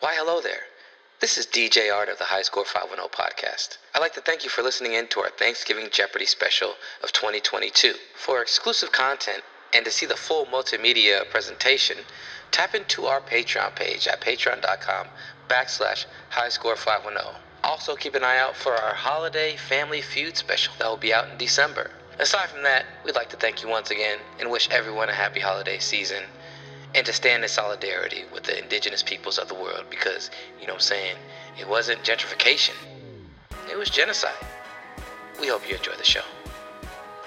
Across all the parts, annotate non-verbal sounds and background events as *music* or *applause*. Why, hello there. This is DJ Art of the High Score 510 podcast. I'd like to thank you for listening in to our Thanksgiving Jeopardy special of 2022. For exclusive content and to see the full multimedia presentation, tap into our Patreon page at patreon.com backslash high score 510. Also, keep an eye out for our holiday family feud special that will be out in December. Aside from that, we'd like to thank you once again and wish everyone a happy holiday season and to stand in solidarity with the indigenous peoples of the world because, you know what I'm saying, it wasn't gentrification, it was genocide. We hope you enjoy the show.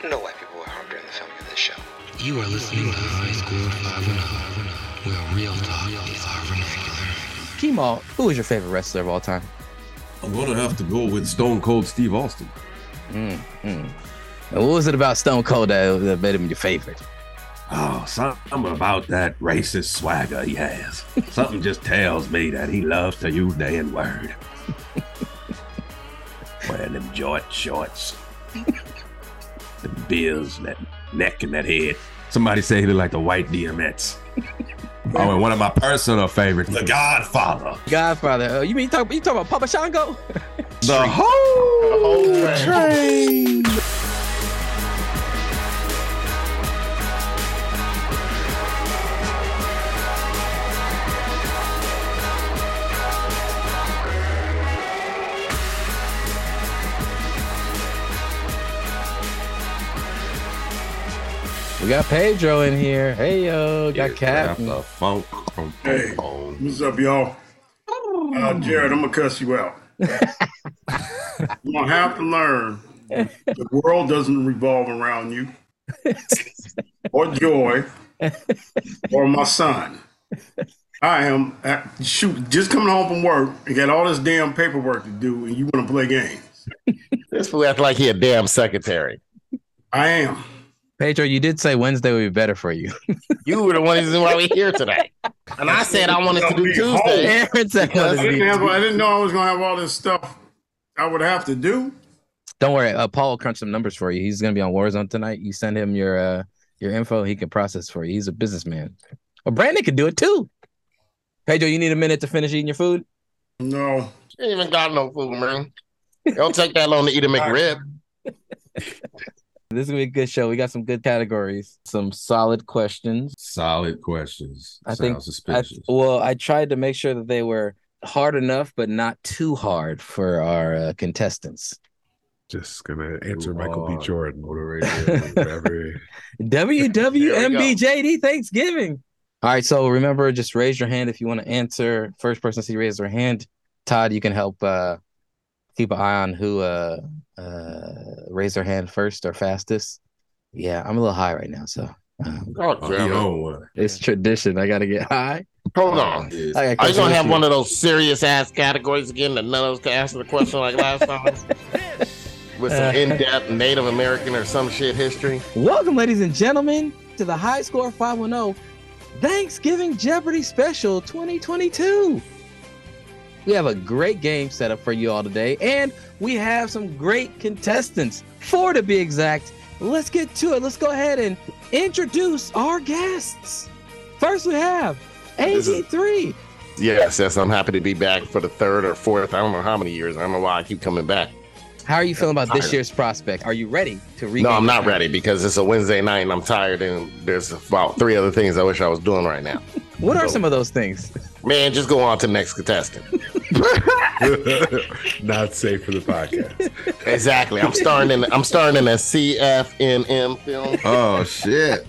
No white people were harmed during the filming of this show. You are listening to High School 510, where real talk is our vernacular. Kimo, who is your favorite wrestler of all time? I'm gonna have to go with Stone Cold Steve Austin. And Mm, what was it about Stone Cold that, that made him your favorite? Oh, something about that racist swagger he has. Something just tells me that he loves to use the *laughs* N word. Wearing them joint shorts, the beers, that neck and that head. Somebody say he looked like the *laughs* white DMX. oh, and one of my personal favorites, The Godfather. Godfather. Uh, you mean you talk, you talk about Papa Shango? *laughs* The whole, train. We got Pedro in here. Hey, yo. Got Cap. The funk. funk, Hey. funk. What's up, y'all? Uh, Jared, I'm gonna cuss you out. You're gonna have to learn the world doesn't revolve around you, or joy, or my son. I am uh, shoot just coming home from work and got all this damn paperwork to do, and you want to play games? This fool act like he a damn secretary. I am. Pedro, you did say Wednesday would be better for you. *laughs* You were the one reason why we here today. And I said I wanted to do Tuesday. Aaron said Because- I Wednesday. didn't, have, I didn't know I was gonna have all this stuff I would have to do. Don't worry. Uh, Paul will crunch some numbers for you. He's going to be on Warzone tonight. You send him your uh, your info. He can process for you. He's a businessman. Well, Brandon could do it too. Pedro, you need a minute to finish eating your food? No, You ain't even got no food, man. It Don't take that long to eat a McRib. This is gonna be a good show. We got some good categories, some solid questions. Solid questions. I Sounds think- I, suspicious. well, I tried to make sure that they were hard enough, but not too hard for our uh, contestants. Just gonna answer Michael Oh, Lord. B. Jordan. Motivated. Whatever. *laughs* WWMBJD *laughs* Thanksgiving. All right, so remember, just raise your hand if you want to answer. First person to see raise their hand. Todd, you can help uh, keep an eye on who uh, uh, raised their hand first or fastest. Yeah, I'm a little high right now, so um, Oh, Oh, damn he it. own one. it's tradition. I gotta get high. Hold on. Yes. I Are you gonna have one of those serious ass categories again that none of us can answer the question like *laughs* last time? With some in-depth Native American or some shit history. Welcome, ladies and gentlemen, to the High Score 510 Thanksgiving Jeopardy Special 2022. We have a great game set up for you all today, and we have some great contestants, four to be exact. Let's get to it. Let's go ahead and introduce our guests. First, we have This is- AG3. Yes, yes, I'm happy to be back for the third or fourth. I don't know how many years. I don't know why I keep coming back. How are you feeling about this Tired. year's prospect? Are you ready to read? No, I'm not ready because it's a Wednesday night and I'm tired and there's about three other things I wish I was doing right now. What are some of those *laughs* things? Man, just go on to the *laughs* next contestant. *laughs* Not safe for the podcast. exactly. I'm starting in I'm starting in a CFNM film Oh shit!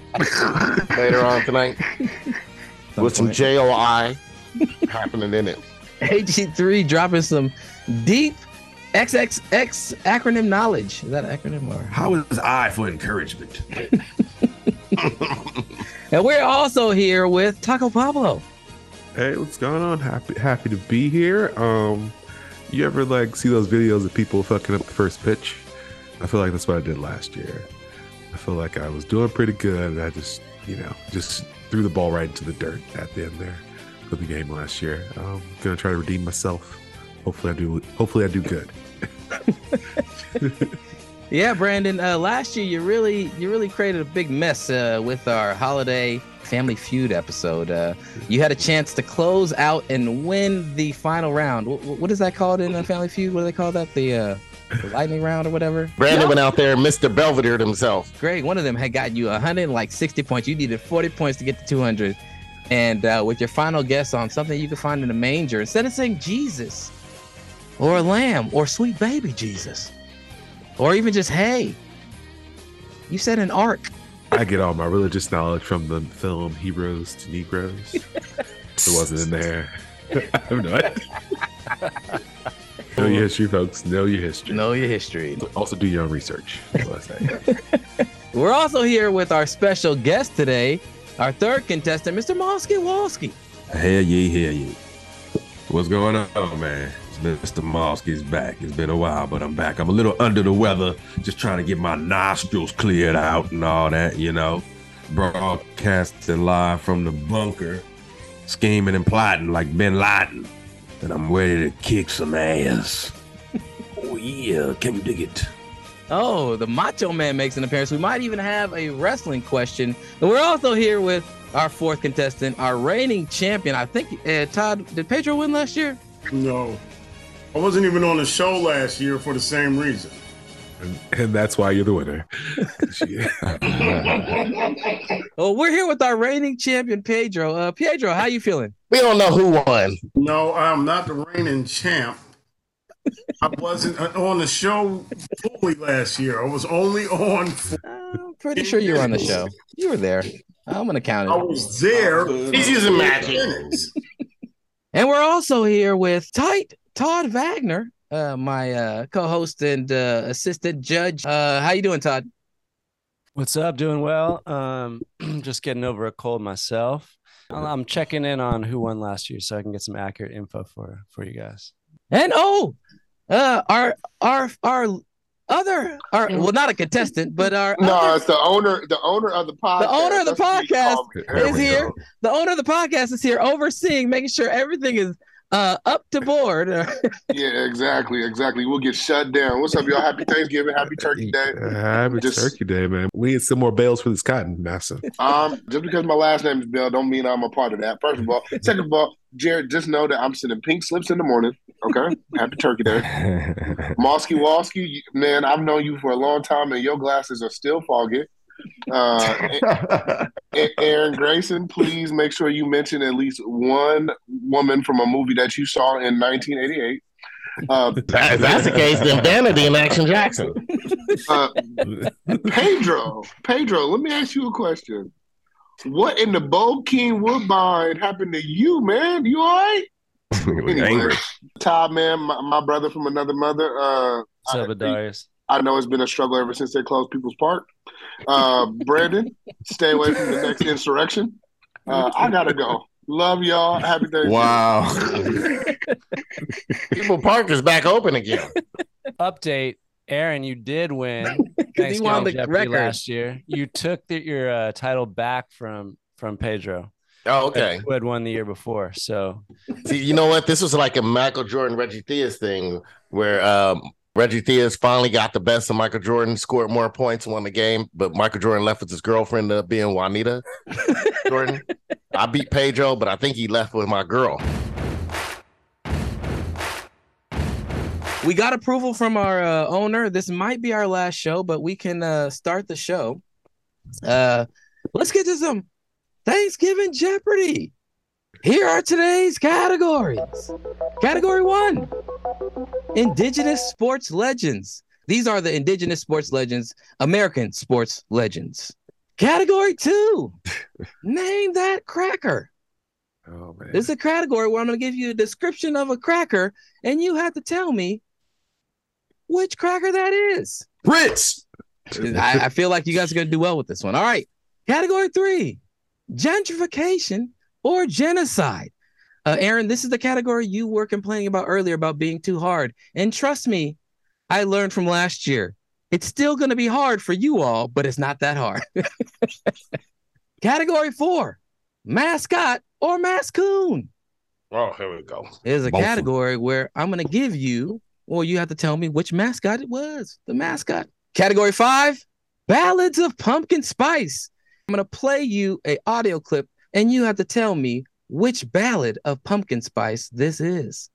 later on tonight with some JOI happening in it. AG3 dropping some deep XXX acronym knowledge. Is that an acronym or? How is I for encouragement? And we're also here with Taco Pablo. hey, what's going on? Happy happy to be here. Um you ever like see those videos of people fucking up the first pitch? I feel like that's what I did last year. I feel like I was doing pretty good and I just, you know, just threw the ball right into the dirt at the end there for the game last year. I'm gonna try to redeem myself. Hopefully I do hopefully I do good. Yeah, Brandon. Uh, last year you really you really created a big mess uh, with our holiday Family Feud episode. Uh, you had a chance to close out and win the final round. Wh- wh- what is that called in uh, Family Feud? What do they call that? The, uh, the lightning round or whatever? Brandon went out there, Mr. Belvedere himself. Greg, one of them had got you 160 points. You needed 40 points to get to 200. And uh, with your final guess on something you could find in a manger, instead of saying Jesus or a lamb or sweet baby Jesus or even just hay, you said an ark. I get all my religious knowledge from the film Heroes to Negroes. it wasn't in there. *laughs* I'm not. know your history, folks. Know your history. Know your history. Also, do your own research. That's what I say. We're also here with our special guest today, our third contestant, Mr. Mosky Walski. Hell yeah, hell yeah. What's going on, man? It's Mr. Mosky's back. It's been a while, but I'm back. I'm a little under the weather, just trying to get my nostrils cleared out and all that, you know. Broadcasting live from the bunker, scheming and plotting like Bin Laden. And I'm ready to kick some ass. *laughs* oh, yeah. Can you dig it? Oh, the Macho Man makes an appearance. We might even have a wrestling question. And we're also here with our fourth contestant, our reigning champion. I think, uh, Todd, did Pedro win last year? No. I wasn't even on the show last year for the same reason. And, and that's why you're the winner. She- *laughs* Oh, we're here with our reigning champion, Pedro. Uh, Pedro, how you feeling? We don't know who won. No, I'm not the reigning champ. I wasn't uh, on the show fully last year. I was only on. For, Uh, I'm pretty sure you were on the show. You were there. I'm going to count I it. was there. He's using magic. minutes. And we're also here with tight Todd Wagner, uh, my uh, co-host and uh, assistant judge. Uh, how you doing, Todd? What's up? Doing well. Um, *clears throat* just getting over a cold myself. I'm- I'm checking in on who won last year so I can get some accurate info for for you guys. And oh, uh, our our our other our well, not a contestant, but our No, other- it's the owner, the owner of the podcast. owner of the That's what you call me. There Is we here. go. the owner of the podcast is here, overseeing, making sure everything is uh, up to board. *laughs* Yeah, exactly, exactly. We'll get shut down. What's up, y'all? Happy Thanksgiving, happy Turkey Day. Happy Just- Turkey Day, man. We need some more bales for this cotton, massa. Um, just because my last name is Bell, don't mean I'm a part of that. First of all, second of all, Jared, just know that I'm sending pink slips in the morning. Okay, happy Turkey Day. Mosky Walsky, you- man, I've known you for a long time, and your glasses are still foggy. Uh, A- Aaron Grayson, please make sure you mention at least one woman from a movie that you saw in 1988. Uh, That- if that's the case, then Vanity and Action Jackson. uh, Pedro, Pedro, let me ask you a question. What in the Bo King Woodbine happened to you, man? You all right? Angry. Todd, man, my, my brother from another mother. Uh, What's up, I- Adarius? I know it's been a struggle ever since they closed People's Park. Uh, Brandon, stay away from the next insurrection. Uh, I gotta go. Love y'all. Happy Thursday. Wow. People Park is back open again. Update. Aaron, you did *laughs* win Because he won Thanksgiving the Jeopardy record. last year. You took the, your uh, title back from from Pedro, Oh, okay. who had won the year before. So See, you know what? This was like a Michael Jordan Reggie Theus thing where um, Reggie Theus finally got the best of Michael Jordan, scored more points, won the game, but Michael Jordan left with his girlfriend uh, being Juanita Jordan. I beat Pedro, but I think he left with my girl. we got approval from our uh, owner. This might be our last show, but we can uh, start the show. Uh, let's get to some Thanksgiving Jeopardy. Here are today's categories. Category one Indigenous sports legends. These are the indigenous sports legends, American sports legends. Category *laughs* two Name that cracker. Oh man. This is a category where I'm going to give you a description of a cracker, and you have to tell me which cracker that is. Ritz. I, I feel like you guys are going to do well with this one. All right. Category three gentrification or genocide. Uh, Aaron, this is the category you were complaining about earlier about being too hard. And trust me, I learned from last year. It's still going to be hard for you all, but it's not that hard. *laughs* Category four mascot or mascoon Oh, here we go. is a Both of 'em. category where I'm going to give you, or you have to tell me which mascot it was. The mascot. Category five, ballads of pumpkin spice. I'm gonna play you a audio clip, and you have to tell me which ballad of Pumpkin Spice this is.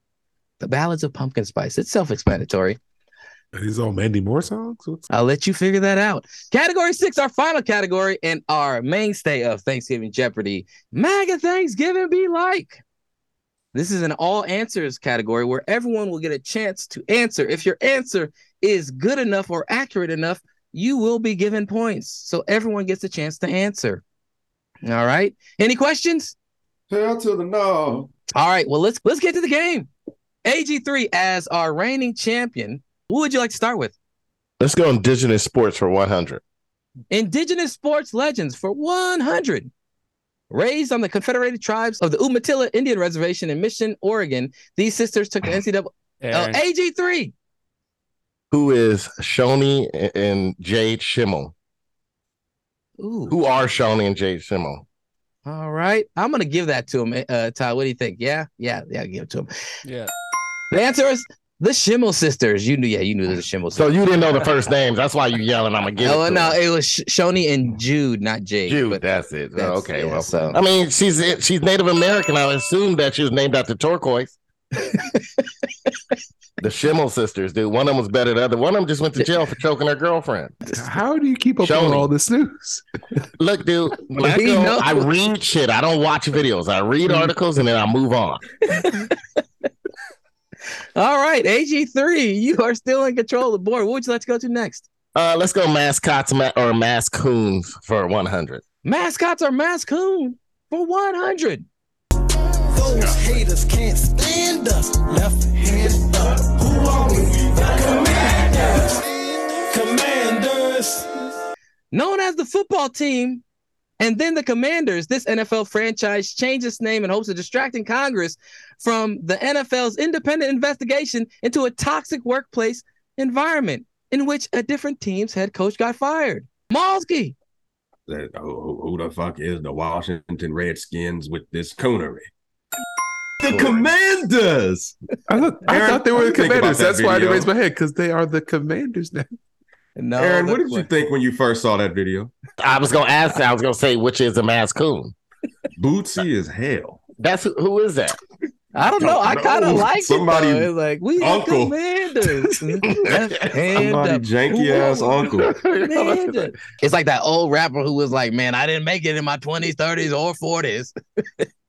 The ballads of Pumpkin Spice. It's self-explanatory. Are these all Mandy Moore songs? What's I'll let you figure that out. Category six, our final category, and our mainstay of Thanksgiving Jeopardy. MAGA Thanksgiving be like. This is an all answers category where everyone will get a chance to answer. If your answer is good enough or accurate enough, you will be given points. So everyone gets a chance to answer. All right. Any questions? Hell to the no. All right. Well, let's let's get to the game. AG3 as our reigning champion. Who would you like to start with? Let's go indigenous sports for 100. Indigenous sports legends for 100. Raised on the Confederated tribes of the Umatilla Indian Reservation in Mission, Oregon, these sisters took the NCAA uh, Aaron, AG3. Who is Shoni a- and Jade Schimmel? Ooh. Who are Shoni and Jade Schimmel? All right. I'm going to give that to him, uh, Ty. What do you think? Yeah. Yeah. Yeah. Give it to him. yeah. The answer is the Schimmel sisters. You knew. Yeah. You knew the Schimmel So sisters. Oh, you didn't know the first names. That's why you yelling. I'm gonna get oh, it. to no. her. It was Sh- Shoni and Jude, not Jade. Jew. but- that's it. Oh, that's- okay. yeah, well, so- I mean, she's she's Native American. I assume that she was named after *laughs* turquoise. the Schimmel sisters, dude. One of them was better than the other. One of them just went to jail for choking her girlfriend. How do you keep up on Shoni. all this news? Look, dude, when I, He go, knows. I read shit. I don't watch videos. I read articles and then I move on. All right. AG3, you are still in control of the board. What would you like to go to next? Uh, let's go mascots ma- or mascoons for 100. Mascots are Mascoon for 100. Those haters can't stand us. Left hand up. Who are we? The commanders. Commanders. Known as the football team and then the Commanders, this NFL franchise changed its name in hopes of distracting Congress from the NFL's independent investigation into a toxic workplace environment in which a different team's head coach got fired. Malski, That- who, who- who the fuck is the Washington Redskins with this coonery? The Commanders. I thought, I Aaron, thought they were the think about commanders. that That's why I video. raised my head because they are the commanders now. *laughs* No, Aaron, the- what did you think when you first saw that video? I was gonna ask. I was gonna say which is a mascoon. Bootsy is hell. That's who, who is that? I don't know. I No, kind of like somebody- it. Though. It's like we the Uncle. *laughs* commanders. Left hand Somebody up. janky Who ass are we? *laughs* uncle. Commanders. It's like that old rapper who was like, "Man, I didn't make it in my twenties, thirties, or 40s.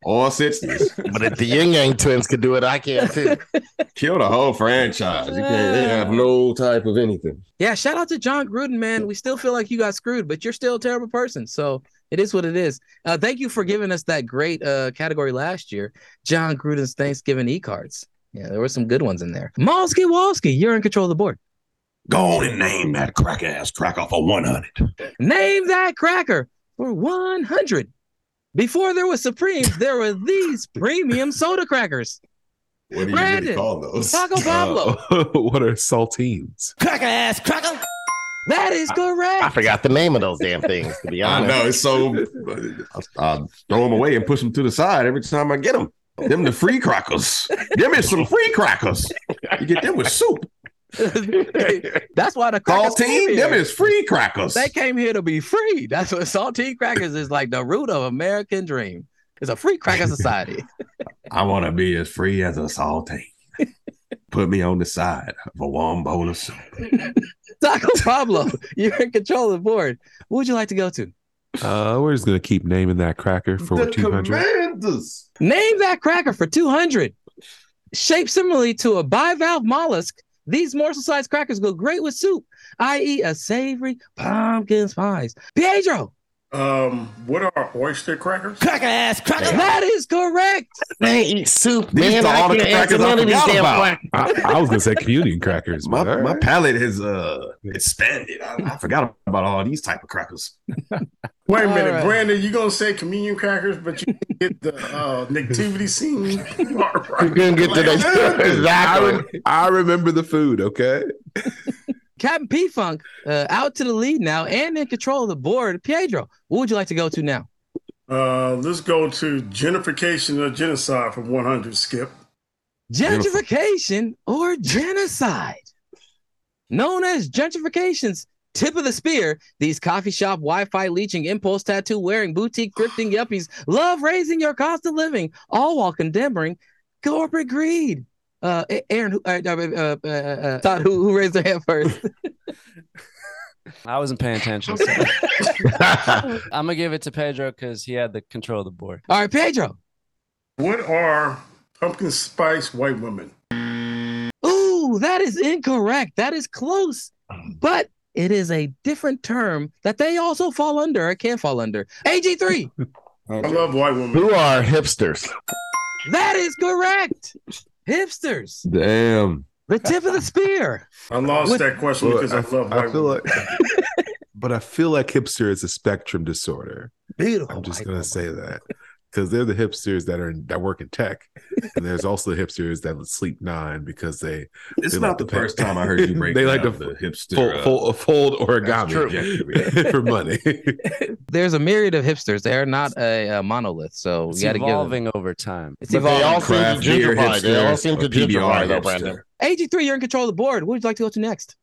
All sixties. But if the Yin Yang twins could do it, I can too. *laughs* Kill the whole franchise. You can't they Uh. have no type of anything. Yeah, shout out to John Gruden, man. We still feel like you got screwed, but you're still a terrible person. So it is what it is. Uh, thank you for giving us that great uh, category last year, John Gruden's Thanksgiving e-cards. Yeah, there were some good ones in there. Malski Walski, you're in control of the board. Go on and name that crack ass crack off a 100. Name that cracker for 100. Before there was Supremes, there were these premium soda crackers. What do you Brandon, really call those? Oh. Taco Pablo. what are saltines? Cracker ass cracker. that is correct. I forgot the name of those damn things. To be I honest, know it's so. I, I throw them away and push them to the side every time I get them. Them the free crackers. Give me some free crackers. You get them with soup. *laughs* That's why the crackers came Saltine. Them here. is free crackers. They came here to be free. That's what saltine crackers is like the root of American dream. It's a free cracker *laughs* society. I want to be as free as a saltine. Put me on the side of a warm bowl of soup. Taco Pablo, you're in control of the board. What would you like to go to? Uh, we're just gonna keep naming that cracker for two hundred. commanders. Name that cracker for 200. Shaped similarly to a bivalve mollusk, these morsel sized crackers go great with soup, i.e., a savory pumpkin spice. Pedro, Um, what are oyster crackers? Cracker ass cracker. that is correct. they eat soup, These man. are I all the can't answer crackers I none of these forgot damn about. crackers. I, I was gonna say communion crackers. My, but all my right. palate has uh expanded. I, I forgot about all these type of crackers. Wait a All minute, right. Brandon, you gonna say communion crackers, but you didn't get the *laughs* uh, nativity scene? *laughs* part *laughs* You right. couldn't get to that. I, exactly. rem- I remember the food. Okay. Captain P Funk uh, out to the lead now and in control of the board. Pedro, what would you like to go to now? Uh, let's go to gentrification or genocide for 100, Skip. Beautiful. Gentrification or genocide? Known as gentrification's tip of the spear, these coffee shop Wi-Fi leeching impulse tattoo wearing boutique grifting yuppies love raising your cost of living, all while condemning corporate greed. Uh, A- Aaron, who, uh, uh, uh, uh, Todd, who, who raised their hand first? I wasn't paying attention. so. I'm gonna give it to Pedro because he had the control of the board. All right, Pedro. What are pumpkin spice white women? Ooh, that is incorrect. That is close, Mm. but it is a different term that they also fall under or can fall under. AG3, I Oh. love white women. Who are hipsters? that is correct. Hipsters, Damn. the tip of the spear. I lost What- that question Well, because I, love I white feel women. like, but I feel like hipster is a spectrum disorder. Beautiful. oh I'm just white gonna woman. say that because they're the hipsters that are in, that work in tech, and there's also the hipsters that sleep nine because they It's They not like the to pay- first time I *laughs* heard you break. They like down to the hipster. fold, uh, fold, fold true. origami for money. *laughs* There's a myriad of hipsters. They are not a, a monolith, so It's you got to give them. evolving over time. It's But they evolving. all seem to Craft beer gentrify. They all hipster, seem to a PBR gentrify, though, hipster. Brandon. AG3, you're in control of the board. What would you like to go to next?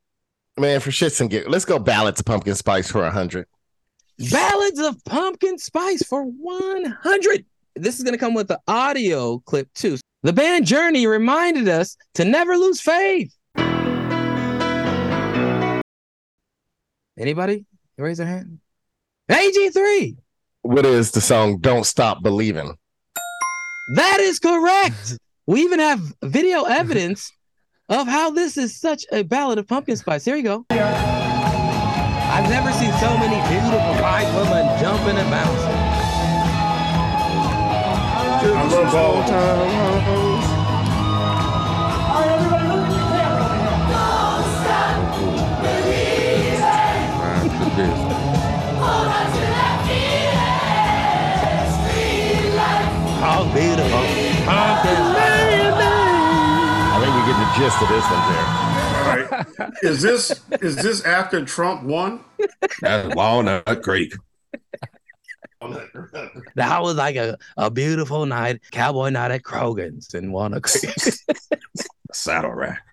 Man, for shits and giggles, let's go ballots of pumpkin spice for a hundred. Ballads of Pumpkin Spice for 100. This is going to come with the audio clip too. The band Journey reminded us to never lose faith. Anybody raise their hand? AG3. What is the song "Don't Stop Believing"? That is correct. We even have video evidence of how this is such a ballad of pumpkin spice. Here you go. I've never seen so many beautiful white women jumping and bouncing. I love all of *laughs* them. uh, How beautiful pumpkin I think we get the gist of this one there. All right. Is this is this after Trump won? That's Walnut Creek. *laughs* That was like a, a beautiful night, cowboy night at Krogan's in Walnut Creek. *laughs* Saddle rack.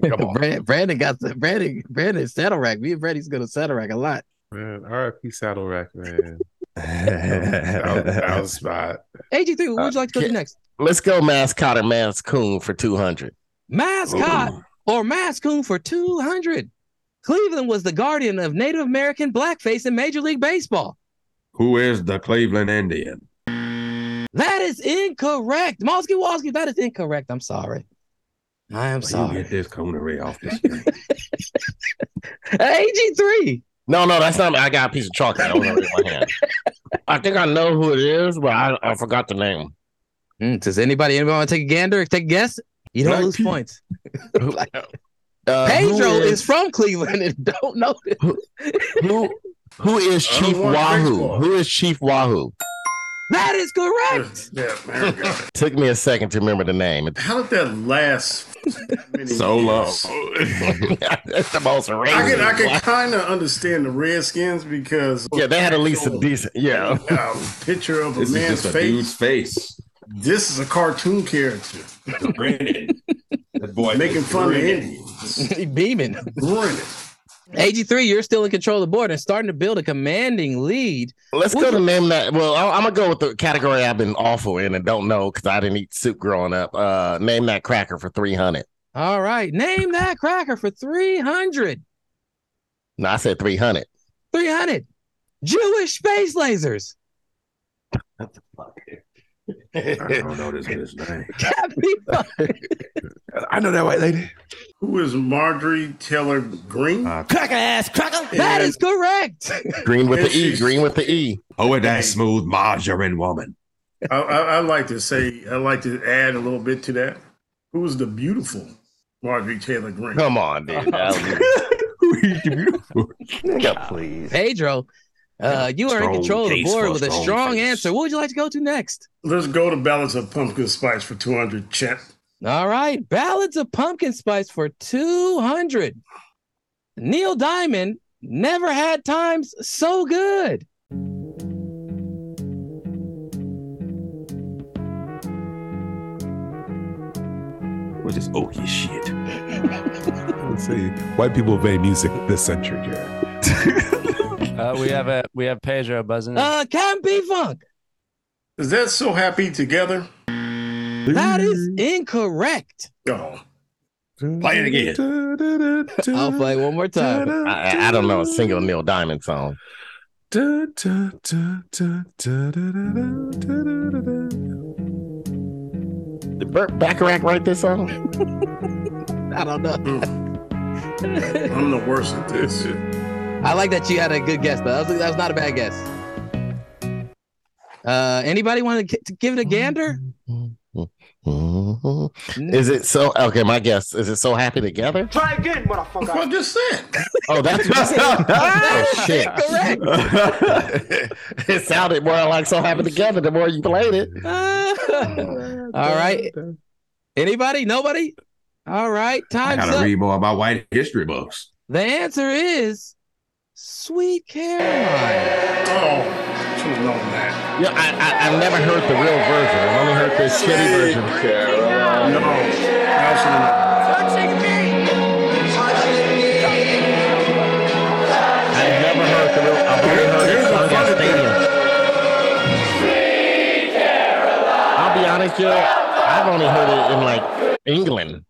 Brand, Brandon got the Brandon Brandon saddle rack. Me and Brandy's gonna saddle rack a lot. man, RIP saddle rack, *laughs* man. That was, *laughs* that was spot. AG3, what would you like to go to Uh, Okay. next? Let's go mascot or mascoon for two hundred. Mascot or Mascoon for 200. Cleveland was the guardian of Native American blackface in Major League Baseball. Who is the Cleveland Indian? That is incorrect. Mosky Walski, that is incorrect. I'm sorry. I am Well, you sorry. get this conery off the screen. AG3. No, no, that's not. I got a piece of chalk. I don't know it in my hand. I think I know who it is, but I, I forgot the name. Mm, does anybody, anybody want to take a gander? Take a guess? You don't Black lose people. *laughs* points. Uh, who Pedro is from Cleveland and don't know this. who? Who is I don't Chief want Wahoo? baseball. Who is Chief Wahoo? That is correct. Yeah, man. we got it. *laughs* Took me a second to remember the name. How did that *laughs* last many so low. years? That's the most I can racist. I can one. kind of understand the Redskins because Yeah, they had at least a decent. Yeah, uh, picture of a This is man's just a face. dude's face. This is a cartoon character Grinning. That boy making is fun of grinning. Indians. *laughs* Beaming. Ruining. AG3, you're still in control of the board and starting to build a commanding lead. *laughs* let's Would go to name that. Well, I, I'm gonna go with the category I've been awful in and don't know because I didn't eat soup growing up. Uh, name that cracker for three hundred. All right. Name that cracker for 300. No, I said three hundred. 300. Jewish space *laughs* lasers. I don't know this *laughs* man's name. *laughs* Capybara. I know that white lady. Who is Marjorie Taylor Green? Uh, Cracker ass cracker. that And is correct. Green with the E. Issues. Green with the E. Oh, and that smooth margarine woman. I, I, I like to say I like to add a little bit to that. Who is the beautiful Marjorie Taylor Green? Come on, dude. Please. Pedro, uh, you are in Strong control of the case board for a with a strong strong face. answer. What would you like to go to next? Let's go to Balance of Pumpkin Spice for 200 champ. All right, Ballads of Pumpkin Spice for 200. Neil Diamond never had times so good. was just oh his shit. Let's see. White people obey music this century, Jared. Uh, we have a we have Pedro buzzing. in. Uh, Captain B Funk. Is that so happy together? That is incorrect. Oh, Play it again. I'll play it one more time. I, I- I don't know a single Neil Diamond song. Did Burt Bacharach write this song? I don't know. Hmm. I'm the worst at this. I like that you had a good guess, though. That was, that was not a bad guess. Uh, anybody want to give it a gander? Mhm. Mm-hmm. Is it so? Okay, my guess is it so happy together? Try again, motherfucker. I just said. Oh, that's *laughs* oh shit! Correct. *laughs* it sounded more like so happy together. The more you played it, *laughs* all right. Anybody? Nobody? All right. I Time's gotta up. read more about white history books. the answer is Sweet Caroline. Oh, should have known that. yeah, I, I I never heard the real version. I've only heard this shitty version. No, absolutely. I've never heard the real. I've only heard Here's it the sung at funny thing. stadiums. I'll be honest, Joe. I've only heard it in like England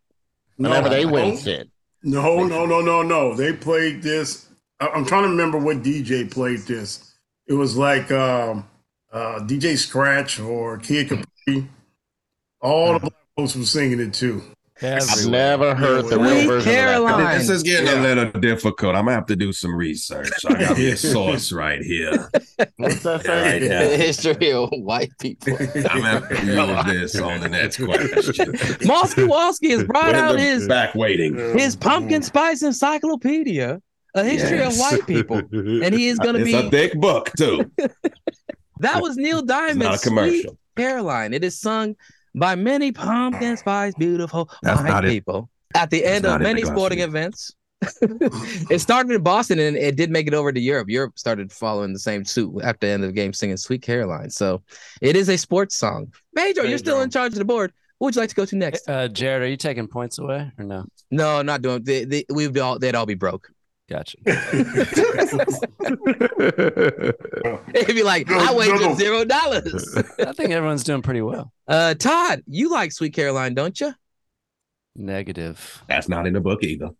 No, whenever they I win don't. shit. No, no, no, no, no. They played this. I- I'm trying to remember what DJ played this. It was like um, uh, DJ Scratch or Kid Capri. All the black folks were singing it too. I've Everywhere. never heard the real Sweet version. of that. Caroline. This is getting Yeah. a little difficult. I'm gonna have to do some research. I *laughs* got me a source right here. What's *laughs* Right that saying? now. The history of white people. I'm *laughs* gonna have to use this on the next question. Mosky Walski *laughs* has brought What in out the his back waiting. his pumpkin spice encyclopedia, a history of Yes. white people, and he is going to It's a be. thick book too. That was Neil *laughs* It's not a Diamond's Sweet commercial. Caroline. It is sung by many pumpkin spice beautiful That's white not it. people at the end That's of not it, many Godspeed. sporting events. *laughs* it started in Boston and it did make it over to Europe. Europe started following the same suit after the end of the game, singing "Sweet Caroline." So it is a sports song. Major, you're still in charge of the board. What would you like to go to next? Uh, Jared, are you taking points away or no? No, I'm not doing. They, they, we'd all they'd all be broke. Gotcha. *laughs* *laughs* It'd be like I No, wagered no. zero dollars. I think everyone's doing pretty well. Uh, Todd, you like Sweet Caroline, don't you? Negative. That's not in the book either.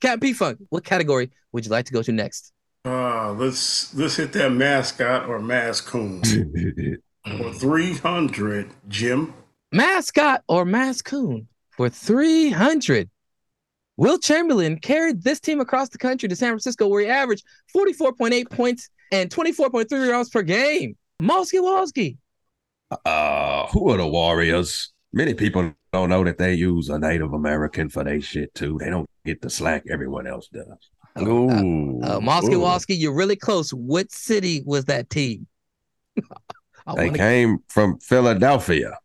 Cat P Funk, what category would you like to go to next? Uh, let's let's hit that mascot or *laughs* mascoon or 300 Jim. Mascot or Mascoon for 300. Will Chamberlain carried this team across the country to San Francisco, where he averaged 44.8 points and 24.3 rebounds per game. Mosky Walski. Uh, who are the Warriors? Many people don't know that they use a Native American for their shit too. They don't get the slack everyone else does. Ooh. Uh, Mosky Ooh. Walski, you're really close. What city was that team? *laughs* I They wanna... came from Philadelphia.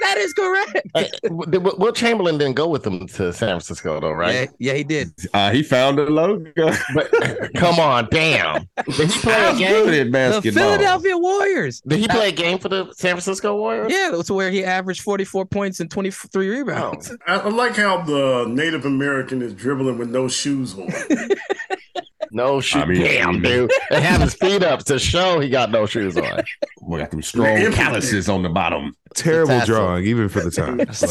That is correct. Hey, Will Will Chamberlain didn't go with them to San Francisco though, right? Yeah, yeah, he did. Uh, he found the logo. But come on, damn. Did he play I a was game? good at The basketball. Philadelphia Warriors. Did he play a game for the San Francisco Warriors? Yeah, that's where he averaged 44 points and 23 rebounds. I, I like how the Native American is dribbling with no shoes on. No shoes. I mean- damn, dude. They have his feet up to show he got no shoes on. We got them strong calluses on the bottom. Terrible Tassel. drawing, even for *laughs* the time. Oh. Like, this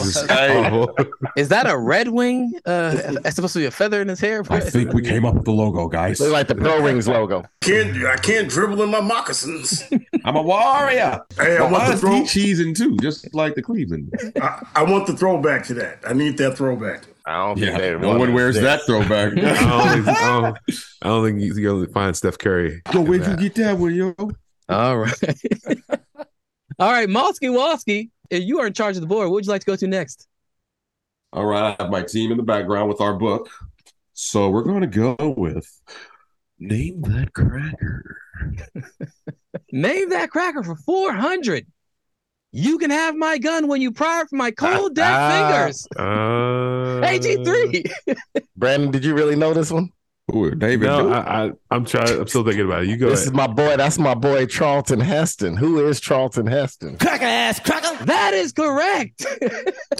is just Hey. awful. *laughs* Is that a Red Wing? Uh, that's supposed to be a feather in his hair. I think we came up with the logo, guys. Look like the Pro Rings logo. Can't I can't dribble in my moccasins. *laughs* I'm a warrior. Hey, I Well, want, why the is he throw, cheesing too, just like the Cleveland. I, I want the throwback to that. I need that throwback. I don't think Yeah, they no one wears that throwback. *laughs* I don't, think, *laughs* I, don't, I don't think you- you're gonna find Steph Curry. Yo, in where'd you that. get that one, yo? All right. All right, Mosky Walski, if you are in charge of the board, what would you like to go to next? All right, I have my team in the background with our book. So we're going to go with Name That Cracker. Name that cracker for 400. You can have my gun when you pry it from my cold dead Ah, fingers. Uh, AG3. *laughs* Brandon, did you really know this one? Ooh, David. No, Duke. I, I, I'm trying. I'm still thinking about it. You go. This ahead. is my boy. That's my boy Charlton Heston. Who is Charlton Heston? Cracker ass cracker. That is correct.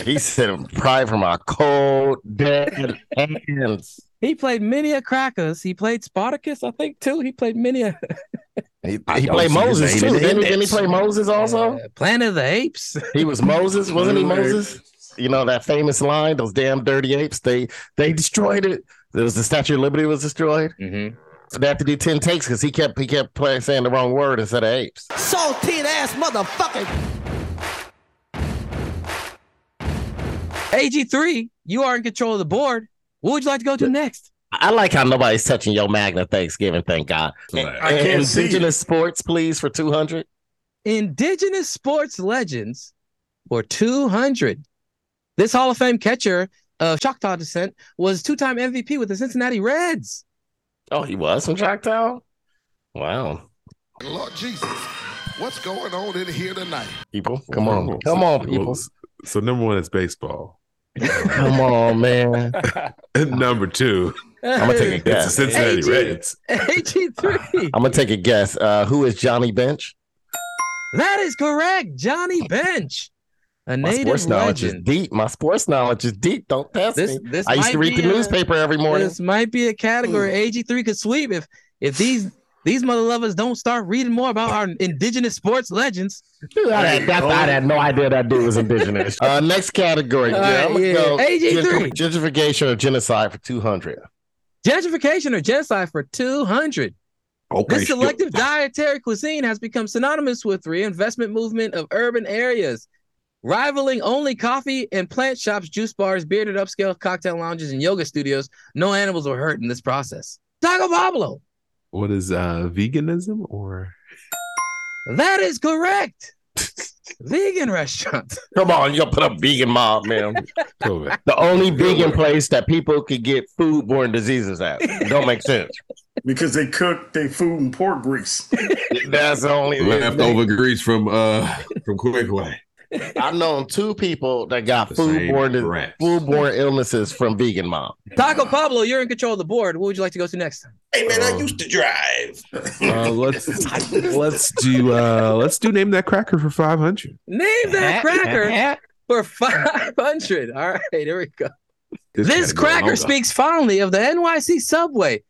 He said, "I'm "Pride from my cold dead hands." *laughs* he played many a crackers. He played Spartacus, I think, too. He played many a *laughs* He, I he don't played see his Moses name too. in the Didn't, didn't he index. play Moses also? Uh, Planet of the Apes. He was Moses, wasn't he? Moses. You know that famous line, "Those damn dirty apes." They they destroyed it. It was the Statue of Liberty was destroyed. Mm-hmm. So they have to do ten takes because he kept he kept playing saying the wrong word instead of apes. Saltine ass motherfucker. AG3, you are in control of the board. What would you like to go to next? I like how nobody's touching your Magna Thanksgiving. Thank God. Slack. I can't see Indigenous sports, please, for two hundred. Indigenous sports legends for 200. This Hall of Fame catcher of Choctaw descent was two time MVP with the Cincinnati Reds. Oh, he was from Choctaw. *laughs* Wow, Lord Jesus, what's going on in here *laughs* tonight? people, come on, Well, come so- on, well, people, So number one is *laughs* baseball. Uh, come on, man. *laughs* And number two, I'm gonna take a it's the guess. Cincinnati AG. Reds. AG3. I'm gonna take a guess. Uh, who is Johnny Bench? That is correct. Johnny Bench, a My native sports knowledge is legend. deep. My sports knowledge is deep. Don't test This, me. this I used might to read be the a- newspaper every morning. Hmm. This might be a category AG3 could sweep if if these these mother lovers don't start reading more about our indigenous sports legends. Dude, I, had, that- I had no idea that dude was indigenous. *laughs* uh, next category. All yeah, right, I'm gonna yeah. go AG3. gentr- gentrification or genocide for two hundred. Gentrification or genocide for 200. Okay, This selective dietary cuisine has become synonymous with reinvestment movement of urban areas, rivaling only coffee and plant shops, juice bars, bearded upscale cocktail lounges, and yoga studios. No animals were hurt in this process. Taco Pablo, What is uh, veganism or? that is correct. Vegan *laughs* restaurant. Come on, you gonna put up vegan mob, Oh, man. COVID. The only vegan place that people could get foodborne diseases at. Don't make sense. because they cook their food in pork grease. That's the *laughs* only leftover grease from uh from Quick Way. I've known two people that got The same foodborne di- rats. foodborne illnesses from vegan mob. Taco Pablo, you're in control of the board. What would you like to go to next? Hey man, I Um, used to drive. *laughs* Uh, let's let's do uh, let's do name that cracker for five hundred. Name that cracker for 500. All right, here we go. This cracker speaks fondly of the NYC subway.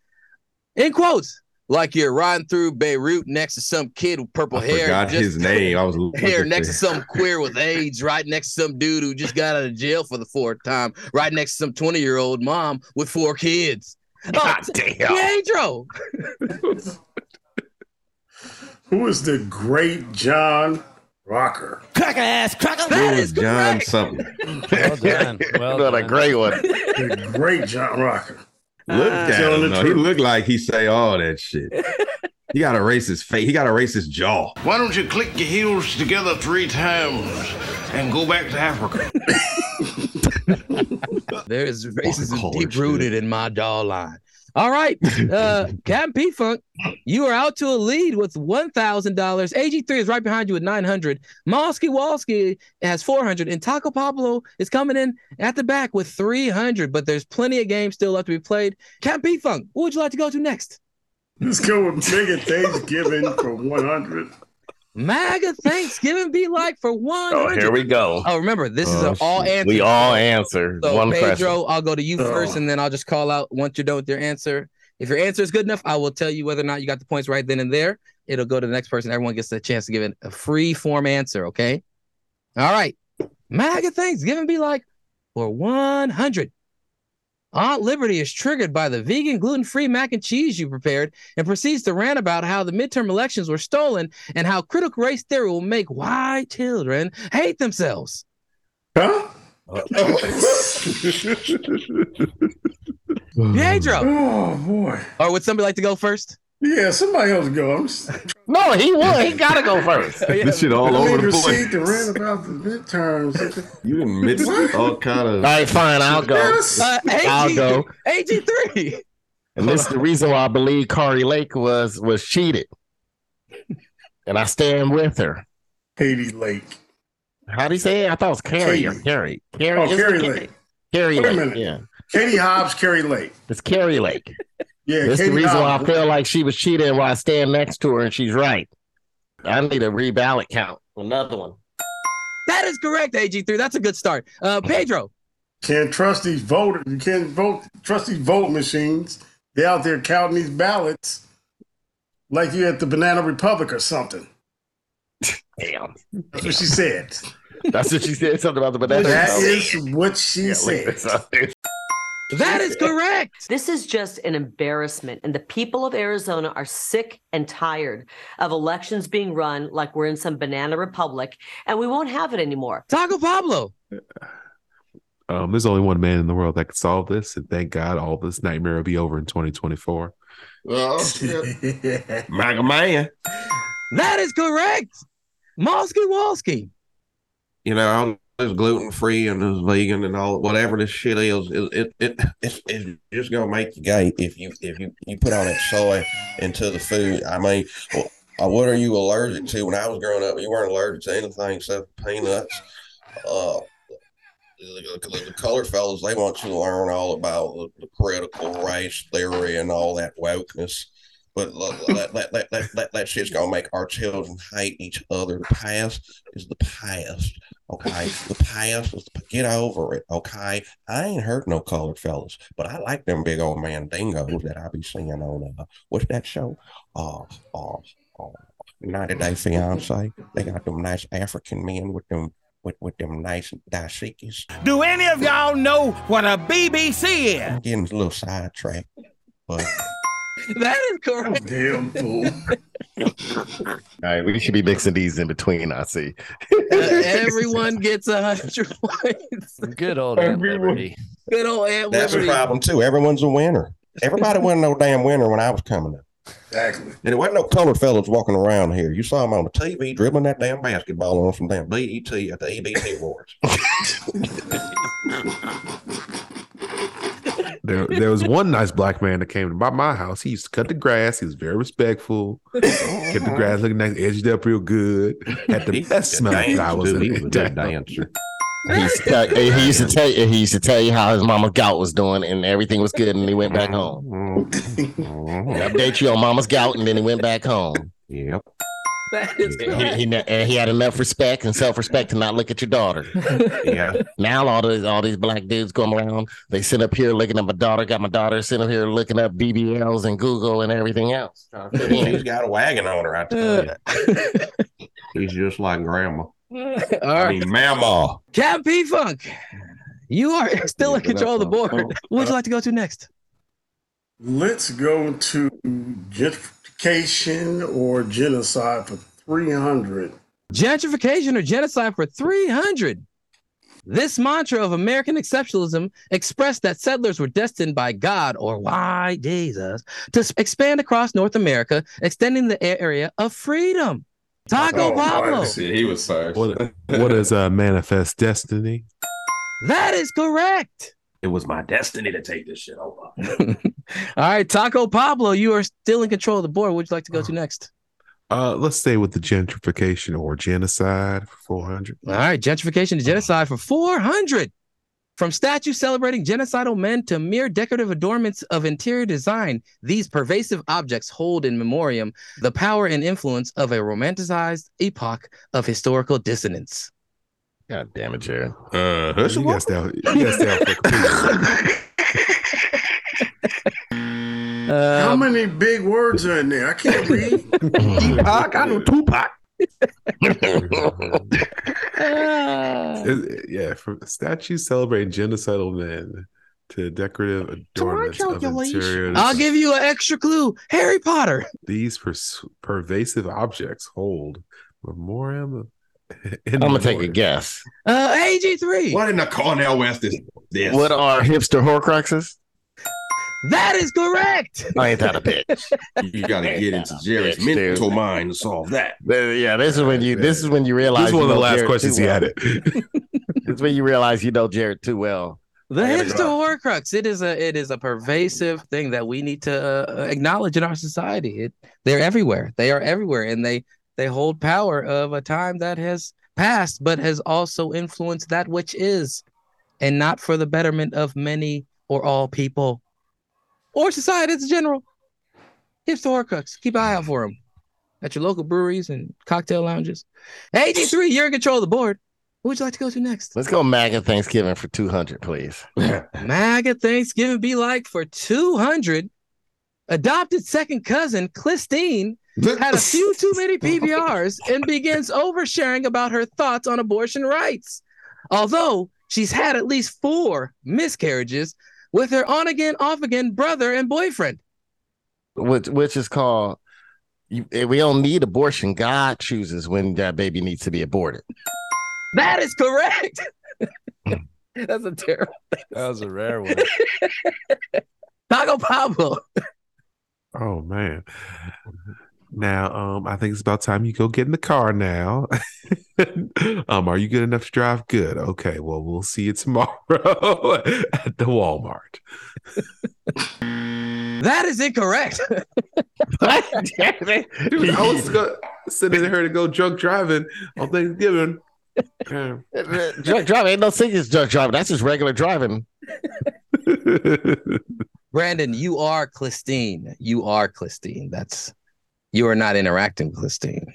In quotes, like you're riding through Beirut next to some kid with purple I hair. forgot just- his name. I was Here looking next to at- *laughs* some queer with AIDS, right next to some dude who just got out of jail for the fourth time, right next to some 20 year old mom with four kids. Oh, God damn. Pietro, *laughs* Who is the great John Rocker? Cracker ass cracker. that It is was John correct. something. Well done. Well Not a done. great one. The great John Rocker. *laughs* Uh, Look at Telling Uh, the him. though. He truth. looked like he say all that shit. He got a racist face. He got a racist jaw. Why don't you click your heels together three times and go back to *laughs* Africa? *laughs* There is racism college, deep rooted in my jawline. All right, uh, Captain P Funk, you are out to a lead with one thousand dollars. AG three is right behind you with nine hundred. Mosky Walski has four hundred, and Taco Pablo is coming in at the back with three hundred. But there's plenty of games still left to be played. Captain P Funk, what would you like to go to next? Let's go with Mega Thanksgiving for 100. MAGA Thanksgiving be like for one Oh, hundred. here we go. Oh, remember this is Oh, an all answer. We all answer So one Pedro, question. I'll go to you Oh. first, and then I'll just call out once you're done with your answer. If your answer is good enough, I will tell you whether or not you got the points right then and there. It'll go to the next person. Everyone gets a chance to give it a free form answer. Okay. All right. MAGA Thanksgiving be like for 100. Aunt Liberty is triggered by the vegan gluten free mac and cheese you prepared and proceeds to rant about how the midterm elections were stolen and how critical race theory will make white children hate themselves. Huh? *laughs* Pedro, oh boy. or would somebody like to go first? Yeah, somebody else go. I'm just No, he won. He gotta go first. Oh, This shit all over the proceed to place. rant about the midterms. You done mixed all kind All of. right, fine, I'll go. Yes. Uh, AG, I'll go. AG3. And this is the reason why I believe Carrie Lake was was cheated. And I stand with her. Katie Lake. How do you say it? I thought it was Carrie or Carrie. Carrie. Oh, is it Carrie Carrie? Lake. Carrie Wait a Lake. minute. Yeah. Katie Hobbs, Carrie Lake. It's Carrie Lake. Yeah, that's the Katie reason why I Hobbs. feel like she was cheating while I stand next to her and she's right. I need a reballot count. Another one. That is correct, AG3. That's a good start. Uh, Pedro. Can't trust these voters. You can't vote. Trust these vote machines. They're out there counting these ballots like you at the Banana Republic or something. Damn. That's what she said. That's what she said. Something about the banana. That is what she *laughs* said. That is correct. This is just an embarrassment. And the people of Arizona are sick and tired of elections being run like we're in some banana republic, and we won't have it anymore. Taco Pablo. Um, there's only one man in the world that could solve this, and thank God all this nightmare will be over in 2024. Oh, shit. Michael Man. That is correct. Mosky Walski. you know, all this gluten free and this vegan and all whatever this shit is, it it, it it's, it's just gonna make you gay if you if you you put all that soy into the food. I mean, wh- uh, what are you allergic to? When I was growing up, you weren't allergic to anything except peanuts. Uh, the, the, the colored fellas, they want you to learn all about the, the critical race theory and all that wokeness. But look, that, that, that, that, that, that shit's gonna make our children hate each other. The past is the past, okay? The past is get over it, okay? I ain't hurt no colored fellas, but I like them big old man dingoes that I be seeing on uh, what's that show? Uh, uh, uh, 90 Day Fiance. They got them nice African men with them with, with them nice dashikis. Do any of y'all know what a BBC is? I'm getting a little sidetracked, but That is correct. damn fool. All right, we should be mixing these in between. I see. Uh, *laughs* Everyone gets a hundred *laughs* points. Good old Aunt Liberty. Good old Aunt that's a Liberty. problem too. Everyone's a winner. Everybody wasn't no damn winner when I was coming up. Exactly. And it wasn't no colored fellas walking around here. You saw them on the TV dribbling that damn basketball on some damn BET at the EBT Awards. There, there was one nice black man that came by my house. He used to cut the grass. He was very respectful. Cut the grass looking nice, edged up real good. *laughs* Had the best smell of dance, flowers dude. in He was the a day. good dancer. He used, to tell, he used to tell you, he used to tell you how his mama gout was doing and everything was good, and he went back home. He'd update you on mama's gout, and then he went back home. Mm-hmm. Yep. That is He, correct. he, ne- and he had enough respect and self respect to not look at your daughter. Yeah. Now all these all these black dudes come around. They sit up here looking at my daughter. Got my daughter sitting up here looking up BBLs and Google and everything else. She's got a wagon on her, I tell you. *laughs* She's just like grandma. All I right. mean, mama. Cap P Funk. You are still in control of the board. What would you like to go to next? Let's go to gentrification or genocide for 300. Gentrification or genocide for 300. This mantra of American exceptionalism expressed that settlers were destined by God or why Jesus to s- expand across North America, extending the a- area of freedom. Taco Pablo. he was first. What, what is uh, manifest destiny? That is correct. *laughs* It was my destiny to take this shit over. All right, Taco Pablo, you are still in control of the board. What would you like to go to next? Uh, let's stay with the gentrification or genocide for 400. All right, gentrification to genocide for 400. From statues celebrating genocidal men to mere decorative adornments of interior design, these pervasive objects hold in memoriam the power and influence of a romanticized epoch of historical dissonance. God damn it, Jared. Uh, you gotta stay out- you gotta stay out for Uh, How many big words are in there? I *laughs* can't read. Tupac, I know Tupac. *laughs* Uh, Is- yeah, from statues celebrating genocidal men to decorative adornments of interior. I'll give you an extra clue Harry Potter. These pers- pervasive objects hold memoriam. I'm gonna take a guess. Uh, AG3. What in the Cornell West is this? What are hipster horcruxes? That is correct. I ain't that a bitch. You got to get *laughs* into Jerry's mental mind to solve that. Yeah, this is when you this is when you This realize is one of the you know last Jared questions too he had. well. It. *laughs* It's when you realize you know Jared too well. The I gotta hipster go. horcrux. It is a it is a pervasive thing that we need to uh, acknowledge in our society. It, they're everywhere. They are everywhere, and they they hold power of a time that has passed, but has also influenced that which is, and not for the betterment of many or all people. or society as a general. Hips to Horcrux. Keep an eye out for them at your local breweries and cocktail lounges. AG3, you're in control of the board. What would you like to go to next? Let's go MAGA Thanksgiving for *laughs* 200, please. MAGA Thanksgiving be like for 200. Adopted second cousin, Christine, had a few too many PBRs and begins oversharing about her thoughts on abortion rights. Although she's had at least four miscarriages with her on again, off again brother and boyfriend. which which is called you, eh, we don't need abortion. God chooses when that baby needs to be aborted. That is correct. Hmm. That's a terrible thing. That was a rare one. Taco Pablo. Oh man. Now, um, I think it's about time you go get in the car now. *laughs* um, are you good enough to drive? Good. Okay, well, we'll see you tomorrow *laughs* at the Walmart. That is incorrect. *laughs* *laughs* Dude, I *laughs* was go- sending her to go drunk driving on Thanksgiving. *laughs* Um, Drunk driving ain't no singles drunk driving. That's just *laughs* regular driving. Brandon, you are Clistine. You are Clistine. That's you are not interacting with Clistine.